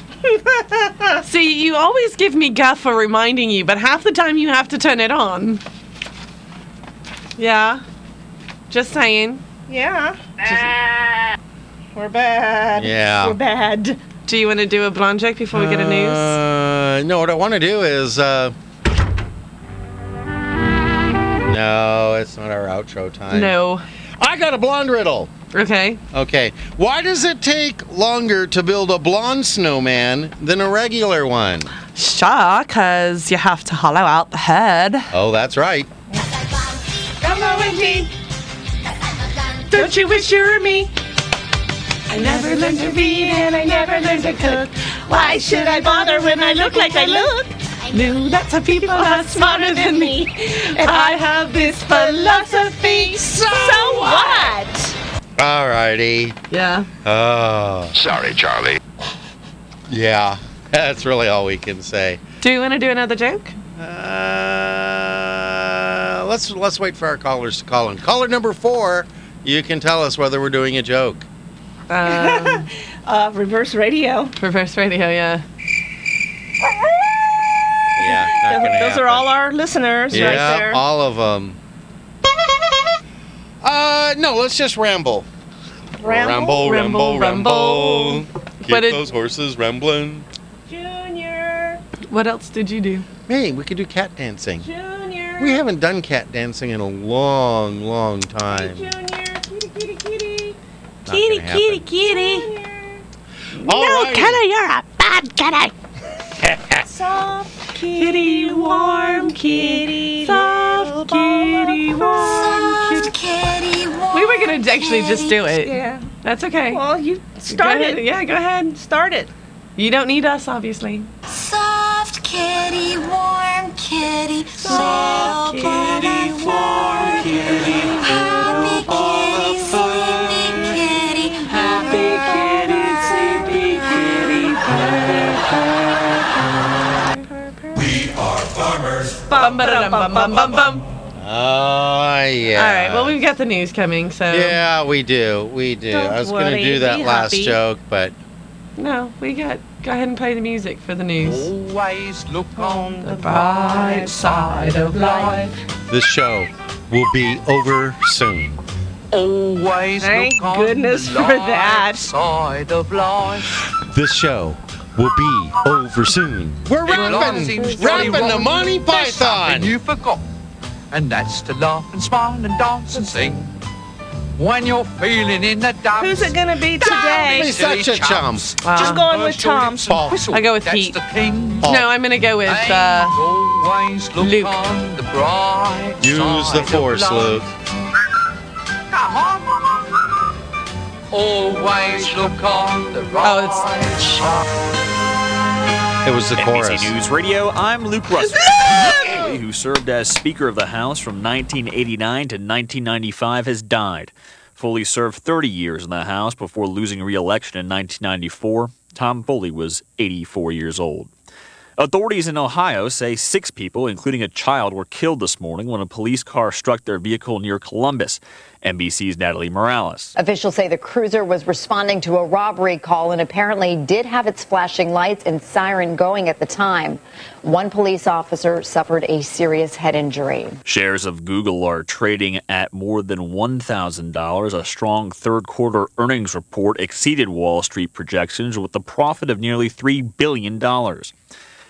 Speaker 1: See, you always give me guff for reminding you, but half the time you have to turn it on. Yeah. Just saying.
Speaker 2: Yeah. We're bad.
Speaker 3: Yeah.
Speaker 2: We're bad.
Speaker 1: Do you want to do a blonde check before we get a news?
Speaker 3: Uh, no, what I want to do is. Uh, no, it's not our outro time.
Speaker 1: No.
Speaker 3: I got a blonde riddle.
Speaker 1: Okay.
Speaker 3: Okay. Why does it take longer to build a blonde snowman than a regular one?
Speaker 1: Sure, because you have to hollow out the head.
Speaker 3: Oh, that's right.
Speaker 2: Don't you wish you were me? I never learned to read and I never learned to cook. Why should I bother when I look like I look?
Speaker 1: Knew lots of people are smarter than me.
Speaker 2: And I have this philosophy. So, what?
Speaker 3: Alrighty.
Speaker 1: Yeah.
Speaker 3: Oh,
Speaker 6: Sorry, Charlie.
Speaker 3: yeah. That's really all we can say.
Speaker 1: Do you want to do another joke?
Speaker 3: Uh, let's let's wait for our callers to call in. Caller number four, you can tell us whether we're doing a joke.
Speaker 1: Um,
Speaker 2: Uh, reverse radio.
Speaker 1: reverse radio, yeah.
Speaker 3: Yeah. not
Speaker 2: Those
Speaker 3: gonna
Speaker 2: are
Speaker 3: happen.
Speaker 2: all our listeners
Speaker 3: yeah,
Speaker 2: right there.
Speaker 3: all of them. Uh, no, let's just ramble.
Speaker 2: Ramble?
Speaker 1: Ramble, ramble.
Speaker 3: Keep
Speaker 1: But it-
Speaker 3: horses rambling.
Speaker 2: Junior,
Speaker 1: What else did you do?
Speaker 3: Hey, we could do cat dancing.
Speaker 2: Junior,
Speaker 3: We haven't done cat dancing in a long, long time.
Speaker 2: Junior, kitty, kitty, kitty.
Speaker 3: Kitty, kitty,
Speaker 1: kitty.
Speaker 3: All right.
Speaker 1: you're a bad kitty.
Speaker 2: Soft kitty, warm kitty,
Speaker 1: Soft kitty, warm kitty. We were going to actually just do it.
Speaker 2: Yeah.
Speaker 1: That's okay.
Speaker 2: Well, you
Speaker 1: Go ahead.
Speaker 2: started.
Speaker 1: Yeah, go ahead.
Speaker 2: Start it.
Speaker 1: You don't need us, obviously.
Speaker 8: Soft kitty, warm kitty, soft kitty, warm kitty, happy kitty, sleepy kitty, happy kitty, sleepy kitty.
Speaker 1: Bum, ba-da-dum, bum, bum, bum, bum.
Speaker 3: Oh, yeah.
Speaker 1: All right. Well, we've got the news coming, so
Speaker 3: Yeah, we do. We do.
Speaker 2: Don't
Speaker 3: I was going to
Speaker 2: worry,
Speaker 3: do that
Speaker 2: be
Speaker 3: last
Speaker 2: happy.
Speaker 3: joke, but
Speaker 1: no, we got. Go ahead and play the music for the news.
Speaker 6: Always look on the
Speaker 1: Bright side of life.
Speaker 3: the show will be over soon.
Speaker 6: Always
Speaker 2: Thank
Speaker 6: look on
Speaker 2: goodness
Speaker 6: the
Speaker 2: for
Speaker 6: light
Speaker 2: that.
Speaker 6: Side of life.
Speaker 3: This show will be over soon. We're
Speaker 6: It all
Speaker 3: rapping,
Speaker 6: seems very
Speaker 3: rapping the
Speaker 6: wrong.
Speaker 3: Monty
Speaker 6: There's something
Speaker 3: Python.
Speaker 6: You forgot, and that's to laugh and smile and dance and sing. When you're feeling in the dumps.
Speaker 2: Who's it gonna be
Speaker 6: Don't
Speaker 2: today?
Speaker 6: be
Speaker 3: Such a chum.
Speaker 6: chumps.
Speaker 1: Wow.
Speaker 2: Just going with
Speaker 6: Push your
Speaker 2: Tom.
Speaker 6: lips and
Speaker 3: Paul.
Speaker 6: whistle.
Speaker 1: I go with
Speaker 6: That's
Speaker 1: Heat.
Speaker 6: the thing.
Speaker 3: Paul.
Speaker 1: No, I'm gonna go with.
Speaker 6: Things
Speaker 1: Uh,
Speaker 6: always look
Speaker 1: Luke.
Speaker 6: on the bright
Speaker 3: Use
Speaker 6: side
Speaker 3: the
Speaker 6: of
Speaker 3: force,
Speaker 6: life.
Speaker 3: Luke.
Speaker 6: Come on. Always look on the
Speaker 1: Oh,
Speaker 6: right
Speaker 1: it's-
Speaker 6: side.
Speaker 3: It was the chorus.
Speaker 5: NBC News Radio, I'm Luke Russell, who served as Speaker of the House from 1989 to 1995, has died. Foley served 30 years in the House before losing re election in 1994. Tom Foley was 84 years old. Authorities in Ohio say six people, including a child, were killed this morning when a police car struck their vehicle near Columbus. NBC's Natalie Morales.
Speaker 11: Officials say the cruiser was responding to a robbery call and apparently did have its flashing lights and siren going at the time. One police officer suffered a serious head injury.
Speaker 5: Shares of Google are trading at more than $1,000. A strong third quarter earnings report exceeded Wall Street projections with a profit of nearly $3 billion.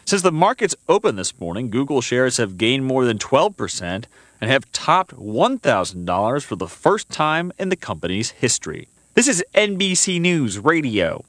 Speaker 5: Since the markets opened this morning, Google shares have gained more than 12% and have topped $1,000 for the first time in the company's history. This is NBC News Radio.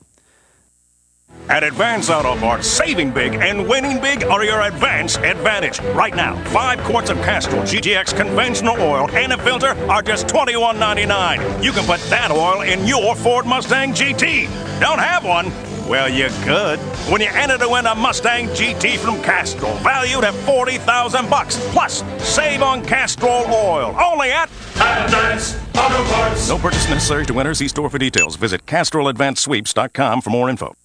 Speaker 12: At Advance Auto Parts, saving big and winning big are your Advance advantage. Right now, five quarts of Castrol GTX conventional oil and a filter are just $21.99. You can put that oil in your Ford Mustang GT. Don't have one? Well, you could. When you enter to win a Mustang GT from Castrol, valued at 40000 bucks, Plus, save on Castrol oil, only at Advance Auto Parts.
Speaker 6: No purchase necessary to enter. See store for details. Visit CastrolAdvancedSweeps.com for more info.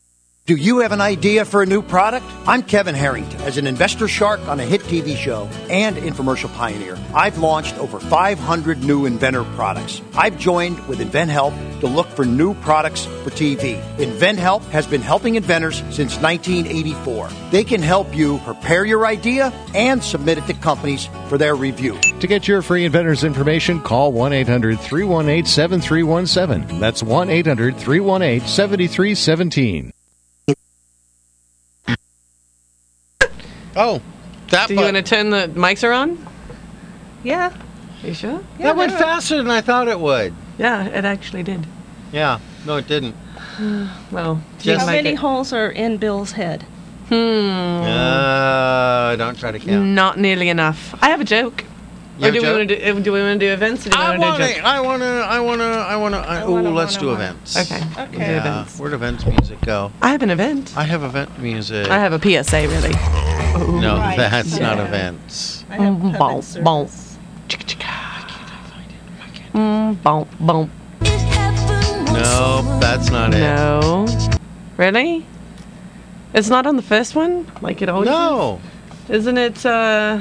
Speaker 13: Do you have an idea for a new product? I'm Kevin Harrington. As an investor shark on a hit TV show and infomercial pioneer, I've launched over 500 new Inventor products. I've joined with InventHelp to look for new products for TV. InventHelp has been helping inventors since 1984. They can help you prepare your idea and submit it to companies for their review.
Speaker 14: To get your free inventor's information, call 1 800 318 7317. That's 1 800 318 7317.
Speaker 3: Oh, that.
Speaker 1: Do you want to turn the mics around? Yeah. You sure? Yeah,
Speaker 3: that went
Speaker 1: no.
Speaker 3: faster than I thought it would.
Speaker 1: Yeah, it actually did.
Speaker 3: Yeah. No, it didn't.
Speaker 1: Well,
Speaker 3: Just-
Speaker 2: How
Speaker 3: Like
Speaker 2: many
Speaker 3: it.
Speaker 2: holes are in Bill's head?
Speaker 1: Hmm.
Speaker 3: Uh, don't try to count.
Speaker 1: Not nearly enough. I have a joke.
Speaker 3: You
Speaker 1: Mm. or
Speaker 3: have
Speaker 1: do we
Speaker 3: a joke?
Speaker 1: want to do, do we want to do events? Or do we
Speaker 3: I
Speaker 1: wanna do
Speaker 3: want
Speaker 1: jokes?
Speaker 3: to. I want to. I want to. I want to. I
Speaker 1: Oh,
Speaker 3: Ooh, let's do events.
Speaker 1: Okay. Okay.
Speaker 3: Yeah,
Speaker 1: Events.
Speaker 3: Where'd events music go?
Speaker 1: I have an event.
Speaker 3: I have event music.
Speaker 1: I have a PSA, really.
Speaker 3: No,
Speaker 1: Right,
Speaker 3: that's not
Speaker 1: yeah.
Speaker 3: events.
Speaker 1: Mm, bonk, bonk. Chicka, chicka. Mm, bonk, bonk.
Speaker 3: No, that's not it.
Speaker 1: No. Really? It's not on the first one? Like it always
Speaker 3: No.
Speaker 1: is? Isn't it, uh...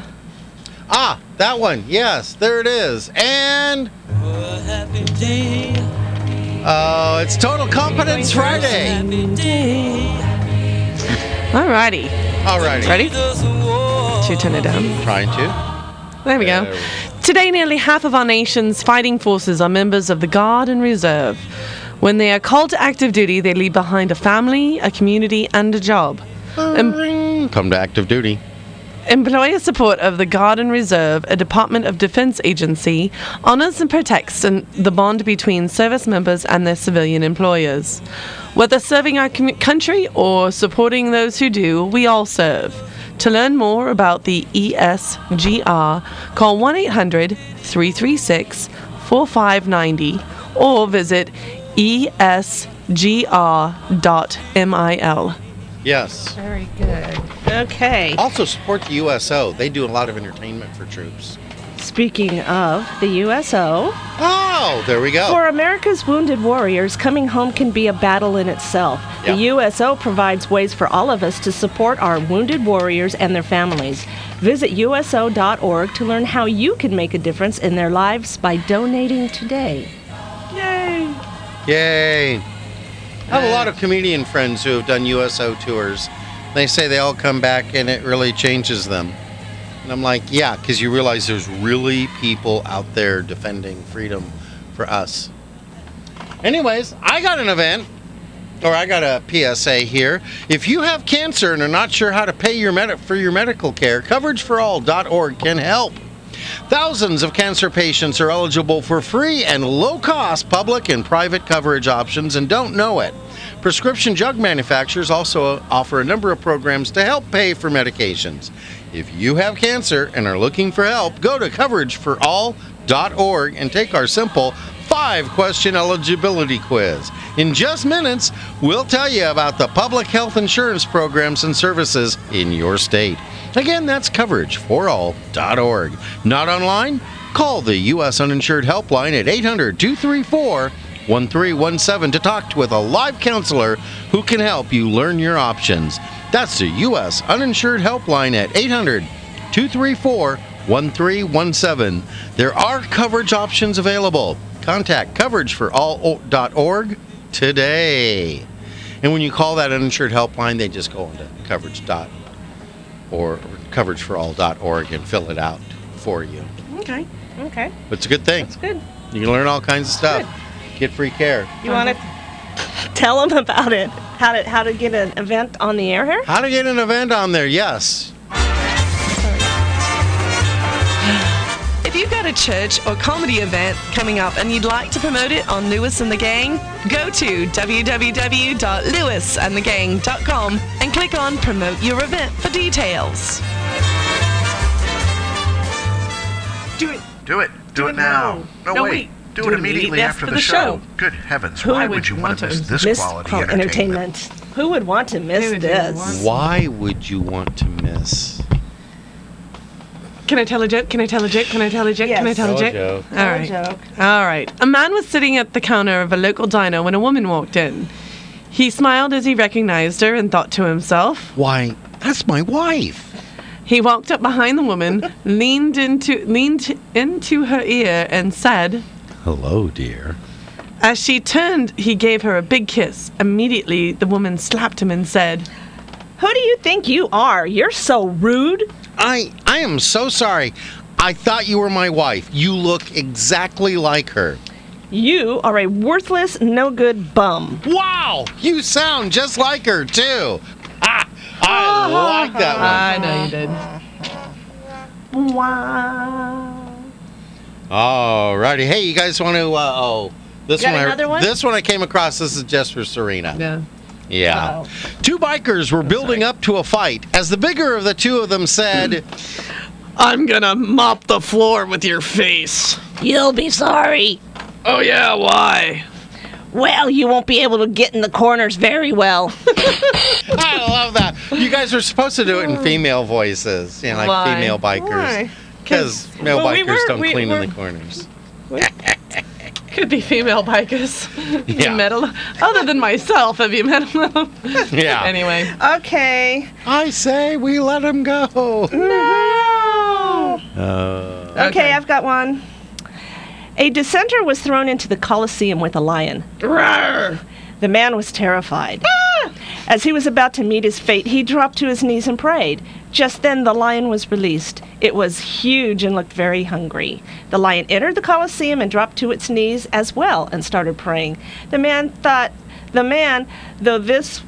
Speaker 3: Ah, that one. Yes, there it is. And. Oh, it's Total Competence Friday.
Speaker 1: Alrighty.
Speaker 3: Alrighty.
Speaker 1: Ready? Should you turn it down?
Speaker 3: Trying to.
Speaker 1: There we go. Today, nearly half of our nation's fighting forces are members of the Guard and Reserve. When they are called to active duty, they leave behind a family, a community, and a job. Em-
Speaker 3: Come to active duty.
Speaker 1: Employer support of the Guard and Reserve, a Department of Defense agency, honors and protects an- the bond between service members and their civilian employers. Whether serving our commu- country or supporting those who do, we all serve. To learn more about the E ESGR, call 1 800 336 4590 or visit E esgr.mil.
Speaker 3: Yes.
Speaker 2: Very good. Okay.
Speaker 3: Also support the USO. They do a lot of entertainment for troops.
Speaker 2: Speaking of the USO.
Speaker 3: Oh, there we go.
Speaker 2: For America's wounded warriors, coming home can be a battle in itself. The USO provides ways for all of us to support our wounded warriors and their families. Visit USO.org to learn how you can make a difference in their lives by donating today.
Speaker 1: Yay!
Speaker 3: Yay. I have a lot of comedian friends who have done USO tours. They say they all come back and it really changes them. And I'm like, yeah, because you realize there's really people out there defending freedom for us. Anyways, I got an event, or I got a PSA here. If you have cancer and are not sure how to pay your med- for your medical care, coverageforall.org can help. Thousands of cancer patients are eligible for free and low cost public and private coverage options and don't know it. Prescription drug manufacturers also offer a number of programs to help pay for medications. If you have cancer and are looking for help, go to coverageforall.org and take our simple five question eligibility quiz. In just minutes, we'll tell you about the public health insurance programs and services in your state. Again, that's coverageforall.org. Not online? Call the U.S. Uninsured Helpline at 800 234 1317 to talk with a live counselor who can help you learn your options. That's the U.S. Uninsured Helpline at 800 234 1317. There are coverage options available. Contact coverage for all.org today. And when you call that uninsured helpline, they just go on to coverage dot or coverageforall.org and fill it out for you.
Speaker 2: Okay. Okay.
Speaker 3: But it's a good thing.
Speaker 2: It's good.
Speaker 3: You can learn all kinds of stuff. Get free care.
Speaker 2: You want to tell them about it? How to how to get an event on the air here?
Speaker 3: How to get an event on there? Yes.
Speaker 15: If you've got a church or comedy event coming up and you'd like to promote it on Lewis and the Gang, go to www.lewisandthegang.com and click on Promote Your Event for details.
Speaker 16: Do it. Do it. Do, it, now. No, wait. Do, it immediately after the, show. Good heavens,
Speaker 2: Who
Speaker 16: why
Speaker 2: would
Speaker 16: would you want to miss this
Speaker 2: Miss
Speaker 16: quality
Speaker 2: qual-
Speaker 16: entertainment?
Speaker 2: Who would want to miss this?
Speaker 3: Why would you want to miss?
Speaker 1: Can I tell a joke? Can I tell a joke? Can I tell a joke? Can I tell,
Speaker 3: Tell a
Speaker 1: a joke?
Speaker 3: joke.
Speaker 1: All
Speaker 3: Tell a
Speaker 1: right. All right. A man was sitting at the counter of a local diner when a woman walked in. He smiled as he recognized her and thought to himself,
Speaker 3: "Why, that's my wife."
Speaker 1: He walked up behind the woman, leaned into leaned into her ear and said,
Speaker 3: Hello, dear.
Speaker 1: as she turned, he gave her a big kiss. Immediately, the woman slapped him and said,
Speaker 2: Who do you think you are? You're so rude.
Speaker 3: I I am so sorry. I thought you were my wife. You look exactly like her.
Speaker 2: You are a worthless, no good bum.
Speaker 3: Wow! You sound just like her too. Ah, I like that one.
Speaker 1: I know you did.
Speaker 2: Wow.
Speaker 3: Alrighty. Hey, you guys want to? Uh, oh, this
Speaker 2: Got
Speaker 3: one, I-
Speaker 2: another one?
Speaker 3: This one I came across. This is just for Serena.
Speaker 1: Yeah.
Speaker 3: Yeah. Two bikers were building up to a fight as the bigger of the two of them said,
Speaker 17: I'm gonna mop the floor with your face.
Speaker 2: You'll be sorry.
Speaker 17: Oh, yeah, why?
Speaker 2: Well, you won't be able to get in the corners very well.
Speaker 3: I love that. You guys are supposed to do it in female voices, you know, like
Speaker 2: Why?
Speaker 3: female
Speaker 1: Why?
Speaker 3: bikers. Because male
Speaker 1: well, we
Speaker 3: bikers
Speaker 1: were-
Speaker 3: don't
Speaker 1: we
Speaker 3: clean in
Speaker 1: were-
Speaker 3: the corners.
Speaker 1: Could be female bikers. Have
Speaker 3: Yeah.
Speaker 1: you met a lo- Other than myself, have you met a lot?
Speaker 3: Yeah.
Speaker 1: Anyway.
Speaker 2: Okay.
Speaker 3: I say we let him go.
Speaker 2: No.
Speaker 3: Uh,
Speaker 2: Okay, I've got one. A dissenter was thrown into the Colosseum with a lion. The man was terrified. As he was about to meet his fate, he dropped to his knees and prayed. Just then, the lion was released. It was huge and looked very hungry. The lion entered the Colosseum and dropped to its knees as well and started praying. The man thought, the man, though this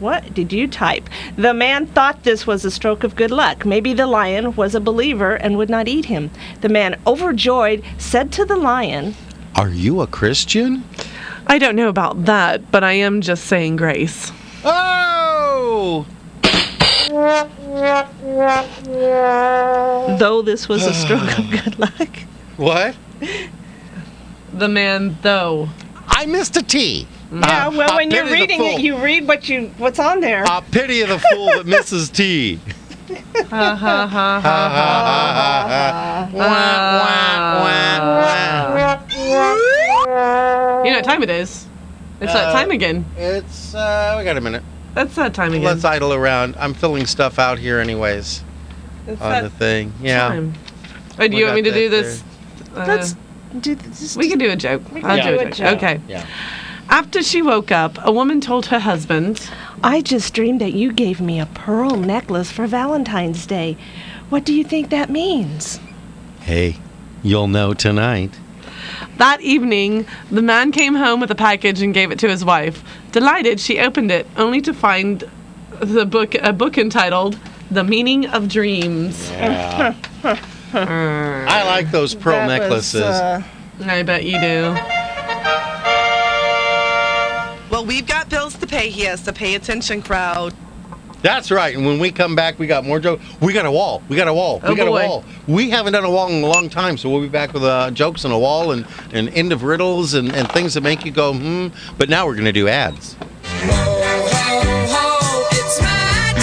Speaker 2: what did you type? The man thought this was a stroke of good luck. Maybe the lion was a believer and would not eat him. The man, overjoyed, said to the lion,
Speaker 3: Are you a Christian?
Speaker 1: I don't know about that, but I am just saying grace.
Speaker 3: Oh!
Speaker 2: Though this was a stroke of good luck.
Speaker 3: What?
Speaker 1: The man, though.
Speaker 3: I missed a T.
Speaker 2: Yeah,
Speaker 3: Uh,
Speaker 2: well,
Speaker 3: I
Speaker 2: when you're
Speaker 3: pity the
Speaker 2: reading it,
Speaker 3: fool.
Speaker 2: you read what you what's on there.
Speaker 3: Ah, pity of the fool that misses T.
Speaker 1: ha ha ha
Speaker 3: Ha, ha, ha, ha, ha.
Speaker 1: You know what time it is? It's that
Speaker 3: Uh,
Speaker 1: time again.
Speaker 3: It's uh, we got a minute.
Speaker 1: That's that time again.
Speaker 3: Let's idle around. I'm filling stuff out here, anyways,
Speaker 1: It's
Speaker 3: on
Speaker 1: that
Speaker 3: the thing. Yeah.
Speaker 1: time. Or do
Speaker 3: We
Speaker 1: you want me
Speaker 3: got
Speaker 1: to do
Speaker 3: that
Speaker 1: this? uh,
Speaker 2: Let's do this.
Speaker 1: we can do a joke.
Speaker 2: We can
Speaker 1: I'll
Speaker 2: do
Speaker 1: do
Speaker 2: a
Speaker 1: a joke.
Speaker 2: joke.
Speaker 1: Okay.
Speaker 3: Yeah.
Speaker 1: After she woke up, a woman told her husband,
Speaker 2: I just dreamed that you gave me a pearl necklace for Valentine's Day. What do you think that means?
Speaker 3: Hey, you'll know tonight.
Speaker 1: That evening, the man came home with a package and gave it to his wife. Delighted, she opened it, only to find the book a book entitled "The Meaning of Dreams."
Speaker 3: Yeah. I like those pearl
Speaker 1: That was,
Speaker 3: necklaces.
Speaker 1: uh, I bet you do.
Speaker 15: Well, we've got bills to pay here, so pay attention, crowd.
Speaker 3: That's right. And when we come back, we got more jokes. We got a wall. We got a wall.
Speaker 15: Oh,
Speaker 3: we got
Speaker 15: boy.
Speaker 3: a wall. We haven't done a wall in a long time, so we'll be back with uh, jokes and a wall and and end of riddles and, and things that make you go hmm. But now we're gonna do ads.
Speaker 8: Ho, ho, it's magic.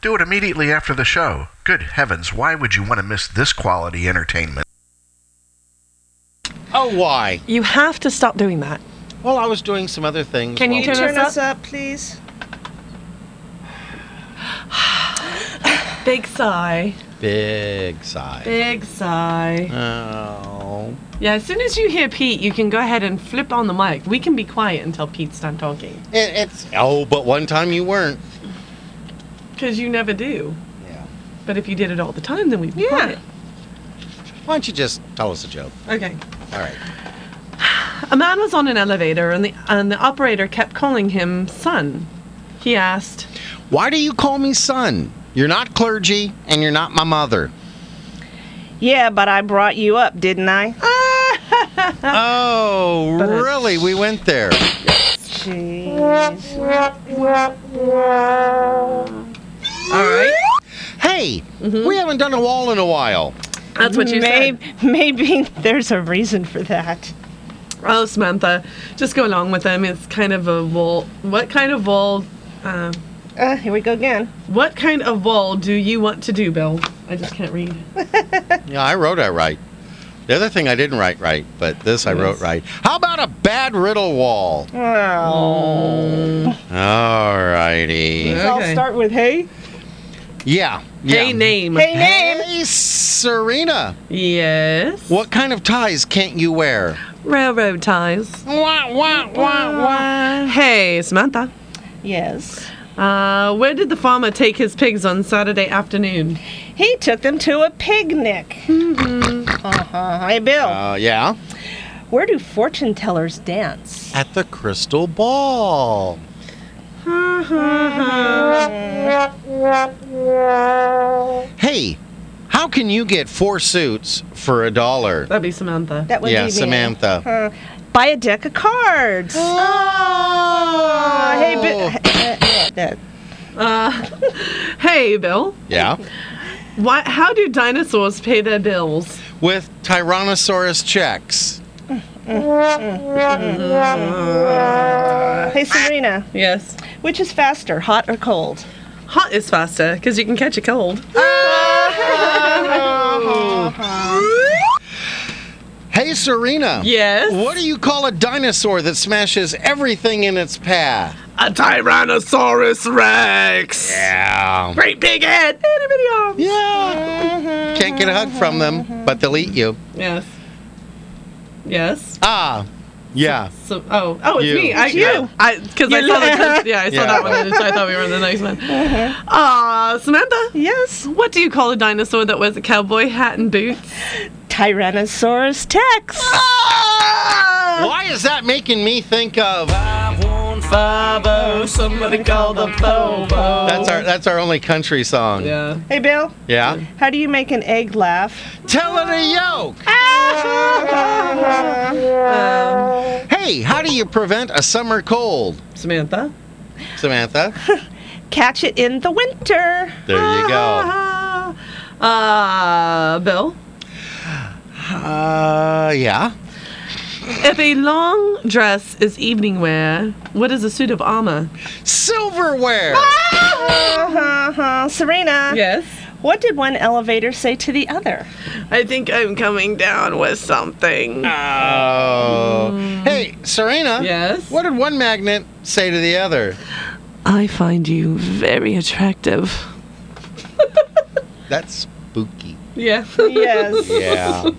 Speaker 16: Do it immediately after the show. Good heavens, why would you want to miss this quality entertainment?
Speaker 3: Oh, why?
Speaker 1: You have to stop doing that.
Speaker 3: Well, I was doing some other things.
Speaker 1: Can you
Speaker 3: while-
Speaker 1: turn us up?
Speaker 15: please? Big sigh.
Speaker 3: Big sigh.
Speaker 1: Big sigh.
Speaker 3: Oh.
Speaker 1: Yeah, as soon as you hear Pete, you can go ahead and flip on the mic. We can be quiet until Pete's done talking.
Speaker 3: It, it's Oh, but one time you weren't.
Speaker 1: Because you never do. Yeah. But if you did it all the time, then we'd be quiet.
Speaker 3: Why don't you just tell us a joke?
Speaker 1: Okay.
Speaker 3: All right.
Speaker 1: A man was on an elevator, and the and the operator kept calling him son. He asked,
Speaker 3: Why do you call me son? You're not clergy, and you're not my mother.
Speaker 2: Yeah, but I brought you up, didn't I?
Speaker 3: oh, really? We went there.
Speaker 1: All right.
Speaker 3: Hey, we haven't done a wall in a while.
Speaker 1: That's what you
Speaker 2: maybe, said. Maybe there's a reason for that.
Speaker 1: "Oh, Samantha, just go along with him. It's kind of a wall. What kind of wall? Uh,
Speaker 2: uh, here we go again.
Speaker 1: What kind of wall do you want to do, Bill? I just can't read.
Speaker 3: Yeah, I wrote I right. The other thing I didn't write right, but this I wrote right. How about a bad riddle wall?
Speaker 2: Oh.
Speaker 3: All righty.
Speaker 2: I'll start with hey.
Speaker 3: Yeah. yeah.
Speaker 1: Hey, name.
Speaker 2: Hey, name.
Speaker 3: Hey, Serena.
Speaker 1: Yes.
Speaker 3: What kind of ties can't you wear?
Speaker 1: Railroad ties.
Speaker 3: Wah, wah, wah, wah.
Speaker 1: Hey, Samantha.
Speaker 2: Yes.
Speaker 1: Uh, where did the farmer take his pigs on Saturday afternoon?
Speaker 2: He took them to a picnic. Uh-huh. Hey, Bill.
Speaker 3: Uh, yeah.
Speaker 2: Where do fortune tellers dance?
Speaker 3: At the crystal ball.
Speaker 2: Uh-huh.
Speaker 3: Hey, How can you get four suits for a dollar?
Speaker 1: That'd be Samantha.
Speaker 2: That would
Speaker 3: yeah,
Speaker 2: be me.
Speaker 3: Samantha.
Speaker 2: Uh, buy a deck of cards. Uh,
Speaker 1: Oh,
Speaker 2: hey, uh, Bi-
Speaker 1: Uh, hey, Bill.
Speaker 3: Yeah.
Speaker 1: Why, how do dinosaurs pay their bills?
Speaker 3: With Tyrannosaurus checks.
Speaker 2: uh, hey, Serena.
Speaker 1: Yes.
Speaker 2: Which is faster, hot or cold?
Speaker 1: Hot is faster because you can catch a cold.
Speaker 3: Hey, Serena.
Speaker 1: Yes?
Speaker 3: What do you call a dinosaur that smashes everything in its path?
Speaker 17: A Tyrannosaurus Rex.
Speaker 3: Yeah.
Speaker 17: Great big head.
Speaker 1: Itty bitty arms.
Speaker 3: Yeah. Can't get a hug from them, but they'll eat you.
Speaker 1: Yes. Yes.
Speaker 3: Ah. Yeah.
Speaker 1: So, oh, oh, it's
Speaker 3: You.
Speaker 1: me. I,
Speaker 3: It's you.
Speaker 1: I because I,
Speaker 2: You
Speaker 1: saw
Speaker 2: li-
Speaker 1: that. Yeah, I saw
Speaker 3: Yeah.
Speaker 1: that one. and I thought we were in the next one. Uh, Samantha.
Speaker 2: Yes.
Speaker 1: What do you call a dinosaur that wears a cowboy hat and boots?
Speaker 2: Tyrannosaurus E Tex.
Speaker 17: Ah!
Speaker 3: Why is that making me think of?
Speaker 1: somebody called the Bobo.
Speaker 3: That's our that's our only country song.
Speaker 1: Yeah.
Speaker 2: Hey, Bill.
Speaker 3: Yeah.
Speaker 2: How do you make an egg laugh?
Speaker 3: Tell her to yoke.
Speaker 17: Ah!
Speaker 1: Um,
Speaker 3: Hey, how do you prevent a summer cold?
Speaker 1: Samantha.
Speaker 3: Samantha.
Speaker 2: Catch it in the winter.
Speaker 3: There you go.
Speaker 1: Uh, Bill.
Speaker 3: Uh, yeah.
Speaker 1: If a long dress is evening wear, what is a suit of armor?
Speaker 3: Silverware.
Speaker 2: Uh-huh. Serena.
Speaker 1: Yes.
Speaker 2: What did one elevator say to the other?
Speaker 17: I think I'm coming down with something.
Speaker 3: Oh. Hey, Serena.
Speaker 1: Yes.
Speaker 3: What did one magnet say to the other?
Speaker 17: I find you very attractive.
Speaker 3: That's spooky.
Speaker 1: Yeah.
Speaker 2: Yes.
Speaker 3: Yeah.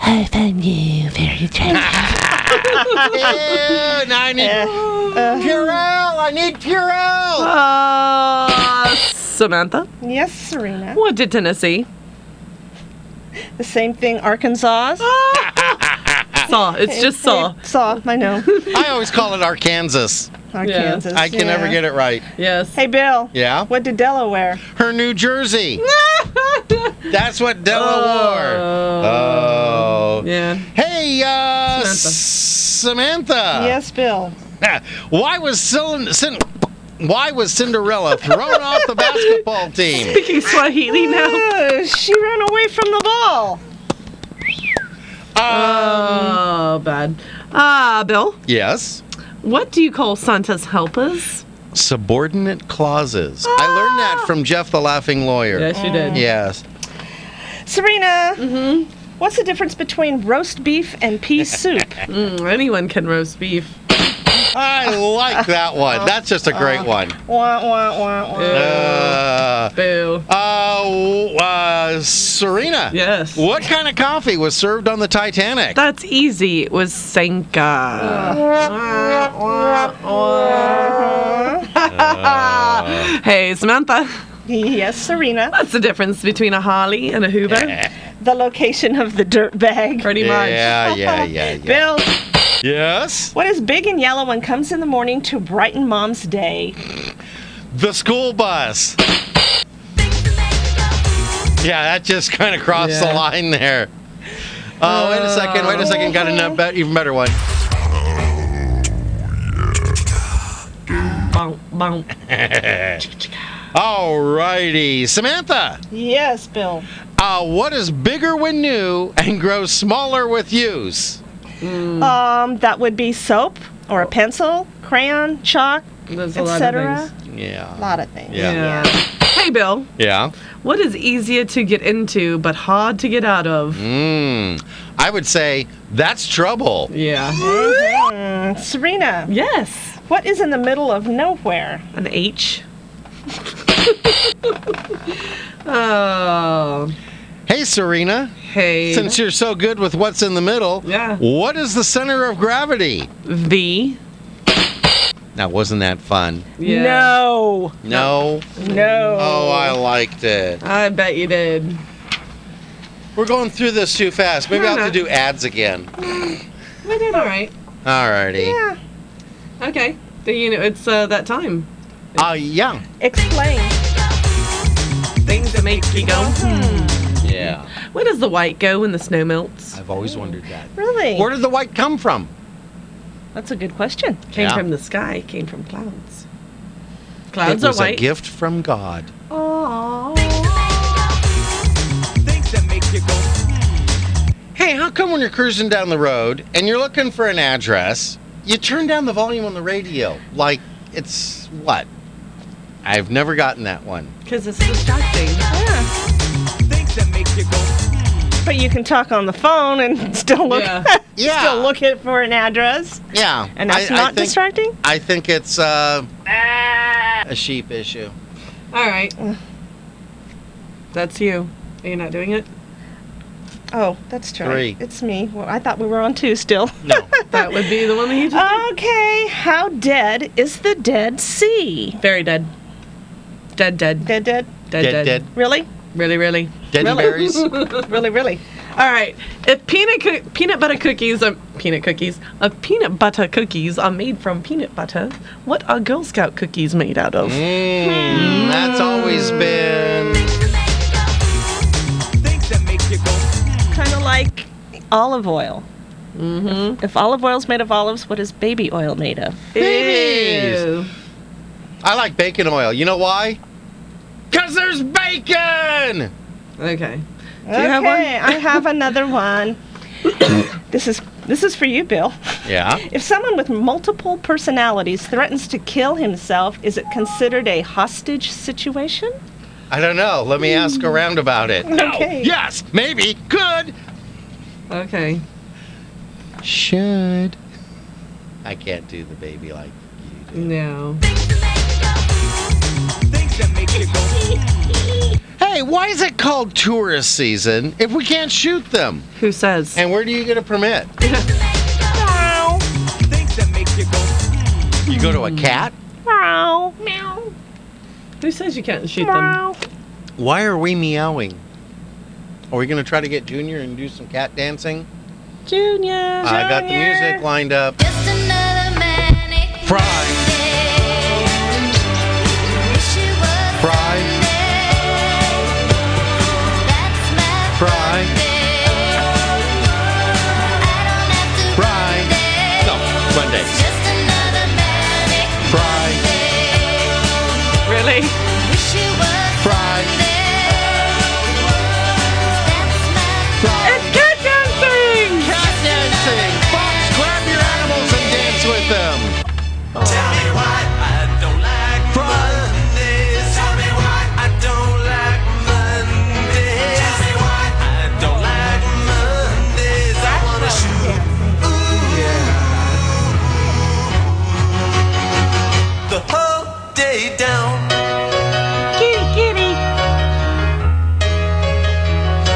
Speaker 2: I find you very attractive.
Speaker 3: Ew, now I need Purell. I need Purell.
Speaker 1: Uh, Samantha.
Speaker 2: yes, Serena.
Speaker 1: What did Tennessee?
Speaker 2: The same thing, Arkansas.
Speaker 1: Saw. It's just saw.
Speaker 2: Saw, I know.
Speaker 3: I always call it Arkansas.
Speaker 2: Arkansas.
Speaker 3: I can never get it right.
Speaker 1: Yes.
Speaker 2: Hey, Bill.
Speaker 3: Yeah.
Speaker 2: What did Delaware?
Speaker 3: Her New Jersey.
Speaker 2: Ah!
Speaker 3: That's what Delaware. Oh.
Speaker 1: Yeah.
Speaker 3: Hey, uh, Samantha.
Speaker 2: yes, Bill.
Speaker 3: Why was Cin- Cin- Why was Cinderella thrown off the basketball team?
Speaker 1: Speaking Swahili now.
Speaker 2: Uh, she ran away from the ball.
Speaker 1: Oh, bad. Ah, Bill.
Speaker 3: Yes.
Speaker 1: What do you call Santa's helpers?
Speaker 3: Subordinate clauses. I learned that from Jeff the Laughing Lawyer.
Speaker 1: you did.
Speaker 3: Yes.
Speaker 2: Serena. Mm-hmm. What's the difference between roast beef and pea soup?
Speaker 1: Mm, anyone can roast beef.
Speaker 3: I like that one. That's just a great one.
Speaker 2: wah, wah, wah, wah.
Speaker 3: Uh,
Speaker 1: Boo.
Speaker 3: uh, uh, Serena.
Speaker 1: Yes.
Speaker 3: What kind of coffee was served on the Titanic?
Speaker 1: That's easy. It was Senka. hey, Samantha.
Speaker 2: Yes, Serena.
Speaker 1: What's the difference between a Harley and a Hoover?
Speaker 2: The location of the dirt bag.
Speaker 1: Pretty much.
Speaker 3: Yeah, yeah, yeah, yeah.
Speaker 2: Bill,
Speaker 3: Yes.
Speaker 2: what is big and yellow and comes in the morning to brighten mom's day?
Speaker 3: The school bus. Yeah, that just kind of crossed the
Speaker 1: Yeah.
Speaker 3: line there. Oh, wait a second. Wait a second. Got
Speaker 1: Oh.
Speaker 3: an bet- even better one.
Speaker 1: Bonk, bonk.
Speaker 3: Alrighty, Samantha.
Speaker 2: Yes, Bill.
Speaker 3: Uh, what is bigger when new and grows smaller with use?
Speaker 2: Um, that would be soap or a pencil, crayon, chalk,
Speaker 1: There's a lot
Speaker 2: etc.
Speaker 1: of things.
Speaker 3: Yeah.
Speaker 2: A lot of things.
Speaker 3: Yeah.
Speaker 1: Yeah. Hey, Bill.
Speaker 3: Yeah.
Speaker 1: What is easier to get into but hard to get out of?
Speaker 3: Mmm. I would say that's trouble.
Speaker 1: Yeah.
Speaker 2: Mhm. Serena,
Speaker 1: Yes.
Speaker 2: what is in the middle of nowhere?
Speaker 1: An H. oh.
Speaker 3: Hey, Serena.
Speaker 1: Hey.
Speaker 3: Since you're so good with what's in the middle,
Speaker 1: Yeah.
Speaker 3: what is the center of gravity?
Speaker 1: V.
Speaker 3: Now, wasn't that fun?
Speaker 1: Yeah.
Speaker 2: No.
Speaker 3: No.
Speaker 2: No.
Speaker 3: Oh, I liked it.
Speaker 1: I bet you did.
Speaker 3: We're going through this too fast. Maybe
Speaker 1: No,
Speaker 3: I'll have to
Speaker 1: no.
Speaker 3: do ads again.
Speaker 1: We did all right.
Speaker 3: Alrighty.
Speaker 2: Yeah.
Speaker 1: Okay. Then you know it's uh, that time.
Speaker 3: Oh, yeah.
Speaker 2: Explain.
Speaker 15: Things
Speaker 1: to make you go. Hmm.
Speaker 3: Yeah.
Speaker 1: Where does the white go when the snow melts?
Speaker 3: I've always wondered that.
Speaker 2: Really?
Speaker 3: Where did the white come from?
Speaker 2: That's a good question.
Speaker 1: Came
Speaker 3: Yeah.
Speaker 1: from the sky. Came from clouds.
Speaker 2: Uh,
Speaker 1: Clouds
Speaker 3: it
Speaker 1: are
Speaker 3: was a
Speaker 1: white.
Speaker 3: gift from God. Hey, how come when you're cruising down the road and you're looking for an address, you turn down the volume on the radio? Like, it's what? I've never gotten that one.
Speaker 1: Because it's distracting.
Speaker 2: But you can talk on the phone and still look, still look it for an address.
Speaker 3: Yeah,
Speaker 2: and that's
Speaker 3: I- I
Speaker 2: not
Speaker 3: think-
Speaker 2: distracting.
Speaker 3: I think it's uh, a sheep issue.
Speaker 1: All right. That's you. Are you not doing it?
Speaker 2: Oh, that's true.
Speaker 3: Three.
Speaker 2: It's me. Well, I thought we were on two still.
Speaker 3: No.
Speaker 1: that would be the one that you just
Speaker 2: Okay. How dead is the Dead Sea?
Speaker 1: Very dead. Dead, dead.
Speaker 2: Dead, dead.
Speaker 1: Dead,
Speaker 3: Dead,
Speaker 1: dead.
Speaker 3: dead.
Speaker 2: Really?
Speaker 1: Really, really.
Speaker 3: Dead
Speaker 2: Really?
Speaker 3: berries.
Speaker 2: really, really.
Speaker 1: All right. If peanut coo- peanut butter cookies are peanut cookies, if peanut butter cookies are made from peanut butter, what are Girl Scout cookies made out of?
Speaker 3: Mm, that's always been.
Speaker 2: Kind of like olive oil. Mm-hmm. If, if olive oil's made of olives, what is baby oil made of?
Speaker 3: Babies. I like bacon oil. You know why? Cause there's bacon.
Speaker 1: Okay.
Speaker 2: okay, I have another one. this is this is for you, Bill.
Speaker 3: Yeah.
Speaker 2: If someone with multiple personalities threatens to kill himself, is it considered a hostage situation?
Speaker 3: I don't know. Let me ask around about it.
Speaker 2: Okay.
Speaker 3: Yes. Maybe. Good.
Speaker 1: Okay.
Speaker 3: Should. I can't do the baby like.
Speaker 1: No.
Speaker 3: Hey, why is it called tourist season if we can't shoot them?
Speaker 1: Who says?
Speaker 3: And where do you get a permit? You go to a cat?
Speaker 2: Meow. Meow.
Speaker 1: Who says you can't shoot them?
Speaker 3: Why are we meowing? Are we going to try to get Junior and do some cat dancing?
Speaker 2: Junior.
Speaker 3: I got the music lined up. Fry. Fry. Fry. Fry. No, Monday. Fry.
Speaker 1: Really?
Speaker 3: Fry.
Speaker 1: It's cat dancing!
Speaker 3: Cat dancing! Fox, grab your animals and dance with them!
Speaker 6: Tell me why I don't like Mondays. Tell me why I don't like Mondays. Tell me why I don't like Mondays. I wanna shoot. Ooh. The whole day down.
Speaker 2: Kitty, kitty.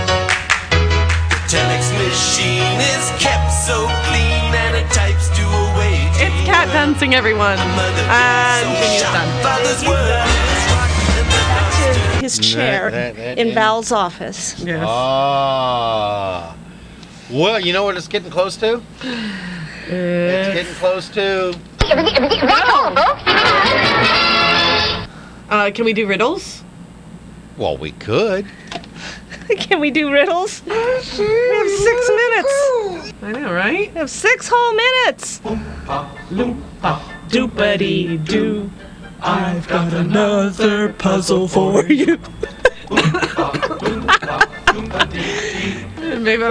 Speaker 6: The telex machine is kept so clean and it types to a wage.
Speaker 1: It's cat dancing, everyone. And Junior's done.
Speaker 6: Father's word.
Speaker 2: His chair
Speaker 3: that- that
Speaker 2: in
Speaker 3: is-
Speaker 2: Val's office.
Speaker 1: Yes.
Speaker 3: Ah. Well, you know what it's getting close to? It's getting close to.
Speaker 1: Uh, can we do riddles?
Speaker 3: Well, we could.
Speaker 2: Can we do riddles? We have six minutes.
Speaker 1: I know, right?
Speaker 2: We have six whole minutes.
Speaker 1: Doopity doo.
Speaker 6: I've got another puzzle for you.
Speaker 1: Maybe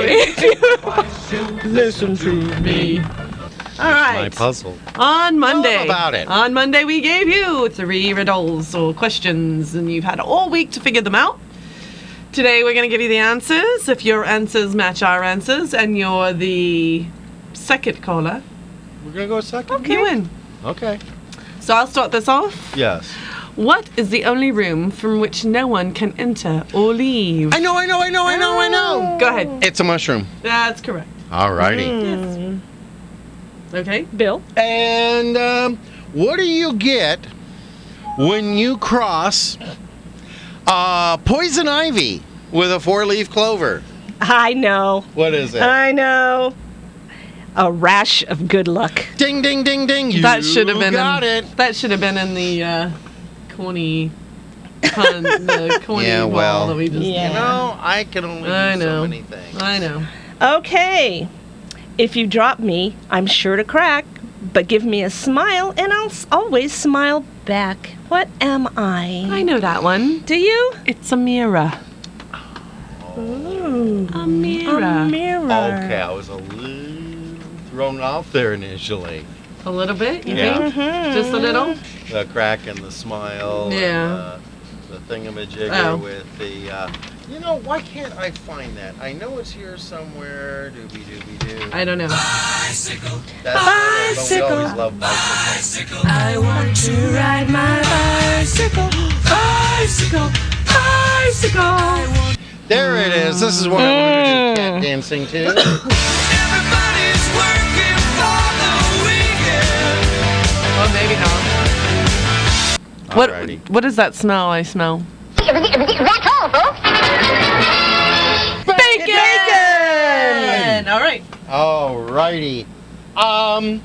Speaker 1: Listen to me. All
Speaker 3: My
Speaker 1: right.
Speaker 3: puzzle.
Speaker 1: On Monday.
Speaker 3: about it.
Speaker 1: On Monday, we gave you three riddles or questions, and you've had all week to figure them out. Today, we're going to give you the answers. If your answers match our answers, and you're the second caller,
Speaker 3: We're going to go second?
Speaker 1: you win.
Speaker 3: Okay.
Speaker 1: So I'll start this off.
Speaker 3: Yes.
Speaker 1: What is the only room from which no one can enter or leave?
Speaker 3: I know, I know, I
Speaker 1: Oh,
Speaker 3: know, I know, I know.
Speaker 1: Go ahead.
Speaker 3: It's a mushroom.
Speaker 1: That's correct.
Speaker 3: Alrighty.
Speaker 2: Hmm.
Speaker 1: Okay.
Speaker 2: Bill.
Speaker 3: And um, what do you get when you cross uh, poison ivy with a four leaf clover?
Speaker 2: I know.
Speaker 3: What is it?
Speaker 2: I know. A rash of good luck.
Speaker 3: ding, ding, ding, ding. You
Speaker 1: that should have been
Speaker 3: got
Speaker 1: in,
Speaker 3: it.
Speaker 1: That should have been in the uh, corny con- the coin
Speaker 3: Yeah,
Speaker 1: wall
Speaker 3: well.
Speaker 1: that we just
Speaker 2: Yeah. You know,
Speaker 3: I can only
Speaker 1: I
Speaker 2: do so
Speaker 1: know.
Speaker 2: many
Speaker 1: things. I know.
Speaker 2: Okay. If you drop me, I'm sure to crack, but give me a smile and I'll s- always smile back. What am I?
Speaker 1: I know that one.
Speaker 2: Do you?
Speaker 1: It's a mirror.
Speaker 2: Ooh.
Speaker 1: A mirror.
Speaker 2: A mirror.
Speaker 3: Okay, I was a little thrown off there initially.
Speaker 1: A little bit, you
Speaker 3: Yeah.
Speaker 1: think?
Speaker 2: Hmm.
Speaker 1: Just a little?
Speaker 3: The crack and the smile.
Speaker 1: Yeah.
Speaker 3: And, uh, the thingamajigger
Speaker 1: Oh.
Speaker 3: with the. Uh, you know, why can't I find that? I know it's here somewhere. Doobie doobie doo.
Speaker 1: I don't know.
Speaker 3: Bicycle. That's bicycle. We always love bicycle.
Speaker 7: I want to ride my bicycle, bicycle, bicycle.
Speaker 3: There it is. This is what I wanted
Speaker 1: Mm.
Speaker 3: to do cat dancing to.
Speaker 1: Well, maybe not. What, what is that smell I smell?
Speaker 7: That's all, folks.
Speaker 1: Bacon! Bacon! All right.
Speaker 3: Alrighty. Um.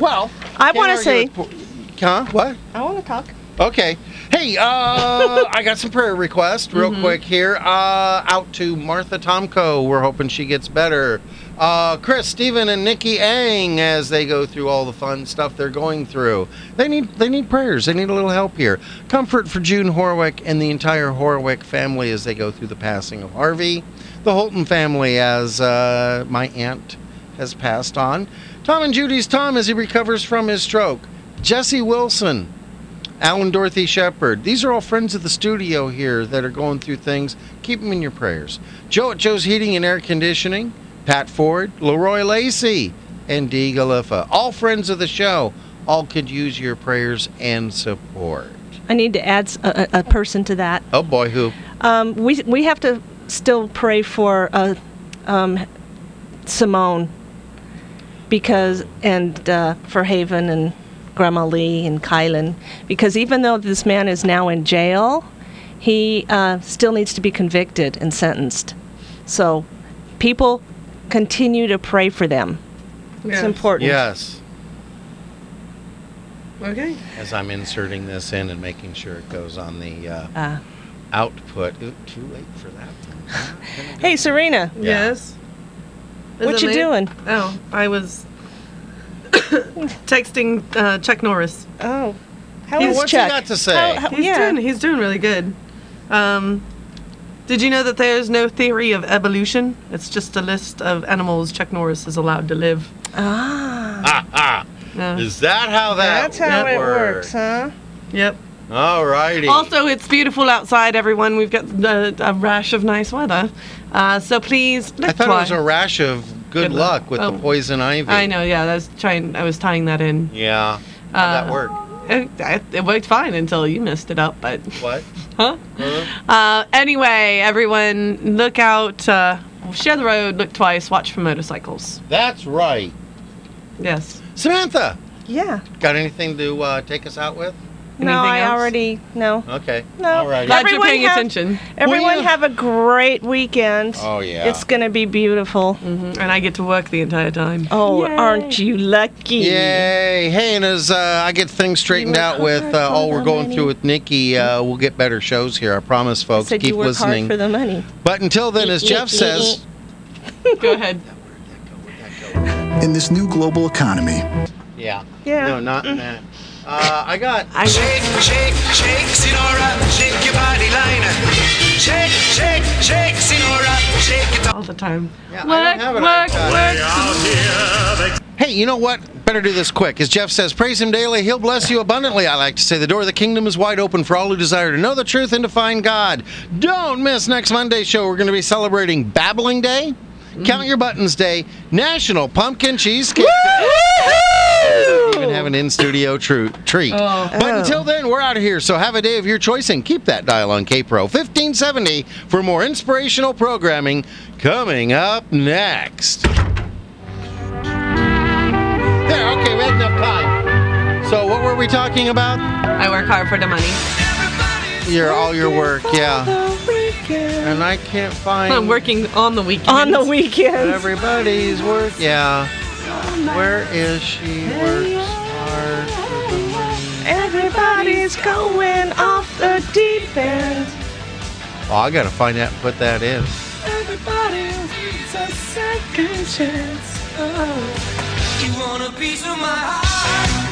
Speaker 3: Well,
Speaker 2: I
Speaker 3: can't
Speaker 2: want to
Speaker 3: argue
Speaker 2: say.
Speaker 3: with- Huh? What?
Speaker 2: I want to talk.
Speaker 3: Okay. Hey, uh, I got some prayer requests real quick here. Uh, out to Martha Tomko. We're hoping she gets better. Uh, Chris, Steven, and Nikki Ang as they go through all the fun stuff they're going through. They need they need prayers. They need a little help here. Comfort for June Horwick and the entire Horwick family as they go through the passing of Harvey. The Holton family as uh, my aunt has passed on. Tom and Judy's Tom as he recovers from his stroke. Jesse Wilson, Alan Dorothy Shepard. These are all friends of the studio here that are going through things. Keep them in your prayers. Joe at Joe's Heating and Air Conditioning, Pat Ford, Leroy Lacey, and Dee Galiffa. All friends of the show. All could use your prayers and support.
Speaker 2: I need to add s- a, a- a person to that.
Speaker 3: Oh boy, who?
Speaker 2: Um, we, we have to still pray for uh, um, Simone because and uh, for Haven and Grandma Lee and Kylan because even though this man is now in jail, he uh, still needs to be convicted and sentenced. So people continue to pray for them. It's
Speaker 1: Yes.
Speaker 2: important.
Speaker 3: Yes.
Speaker 1: Okay.
Speaker 3: As I'm inserting this in and making sure it goes on the uh,
Speaker 2: Uh,
Speaker 3: output. Ooh, too late for that.
Speaker 2: hey, Serena.
Speaker 1: Yes. Is
Speaker 2: What
Speaker 1: it
Speaker 2: you
Speaker 1: late?
Speaker 2: doing?
Speaker 1: Oh, I was texting uh, Chuck Norris.
Speaker 2: Oh.
Speaker 1: How
Speaker 2: How
Speaker 1: is
Speaker 2: is Chuck? How- how-
Speaker 1: he's
Speaker 2: yeah.
Speaker 1: doing he's doing really good. Um, did you know that there's no theory of evolution? It's just a list of animals Chuck Norris is allowed to live. Uh,
Speaker 2: Ah.
Speaker 3: Ah, ah.
Speaker 1: Yeah.
Speaker 3: Is that how that
Speaker 2: That's how it
Speaker 3: works?
Speaker 2: works, huh?
Speaker 1: Yep.
Speaker 3: All righty.
Speaker 1: Also, it's beautiful outside, everyone. We've got uh, a rash of nice weather. Uh, so please,
Speaker 3: I
Speaker 1: let's
Speaker 3: thought
Speaker 1: try.
Speaker 3: it was a rash of good,
Speaker 1: Good luck.
Speaker 3: luck, with
Speaker 1: Oh.
Speaker 3: the poison ivy.
Speaker 1: I know, yeah. I was trying. I was tying that in.
Speaker 3: Yeah. How'd that
Speaker 1: Uh,
Speaker 3: work?
Speaker 1: It, it worked fine until you messed it up, but
Speaker 3: What?
Speaker 1: huh? Uh, anyway, everyone, look out. Uh, share the road. Look twice. Watch for motorcycles.
Speaker 3: That's right.
Speaker 1: Yes.
Speaker 3: Samantha,
Speaker 2: Yeah.
Speaker 3: got anything to uh, take us out with?
Speaker 2: no,
Speaker 1: Anything
Speaker 2: I
Speaker 1: else?
Speaker 2: already no.
Speaker 3: Okay.
Speaker 2: No.
Speaker 3: All righty.
Speaker 1: Glad you're paying
Speaker 2: have-
Speaker 1: attention.
Speaker 2: Everyone
Speaker 1: Well, yeah.
Speaker 2: have a great weekend.
Speaker 3: Oh, yeah.
Speaker 2: It's gonna be beautiful.
Speaker 1: Mhm, And I get to work the entire time.
Speaker 2: Oh, aren't you lucky?
Speaker 3: Yay! Hey, and as uh, I get things straightened out with uh, all we're going through with Nikki, uh, we'll get better shows here. I promise, folks.
Speaker 2: Said
Speaker 3: Keep
Speaker 2: you work
Speaker 3: listening.
Speaker 2: hard for the money.
Speaker 3: But until then, as Jeff says,
Speaker 1: Go ahead.
Speaker 18: In this new global economy,
Speaker 3: yeah,
Speaker 2: yeah,
Speaker 3: no, not that. Uh, I got.
Speaker 4: I shake, shake, shake, Sinora, shake your body liner. Shake, shake, shake, Sinora, shake your
Speaker 1: All the time.
Speaker 3: I don't have it
Speaker 1: work,
Speaker 3: on Hey, you know what? Better do this quick. As Jeff says, praise him daily. He'll bless you abundantly. I like to say the door of the kingdom is wide open for all who desire to know the truth and to find God. Don't miss next Monday's show. We're going to be celebrating Babbling Day, Count Your Buttons Day, National Pumpkin Cheesecake Day. We Even have an in studio tru- treat.
Speaker 4: Oh.
Speaker 3: But until then, we're out of here. So have a day of your choice and keep that dial on KPRO 1570 for more inspirational programming coming up next. There, okay, we had enough time. So what were we talking about?
Speaker 1: I work hard for the money.
Speaker 3: Your all your work, yeah. And I can't find
Speaker 1: I'm working on the weekend.
Speaker 2: On the weekends.
Speaker 3: everybody's work. Yeah. Where is she? Works hard.
Speaker 2: Everybody's going off the defense.
Speaker 3: Oh, I gotta find out and put that in.
Speaker 2: Everybody needs a second chance.
Speaker 6: You want a piece of my heart?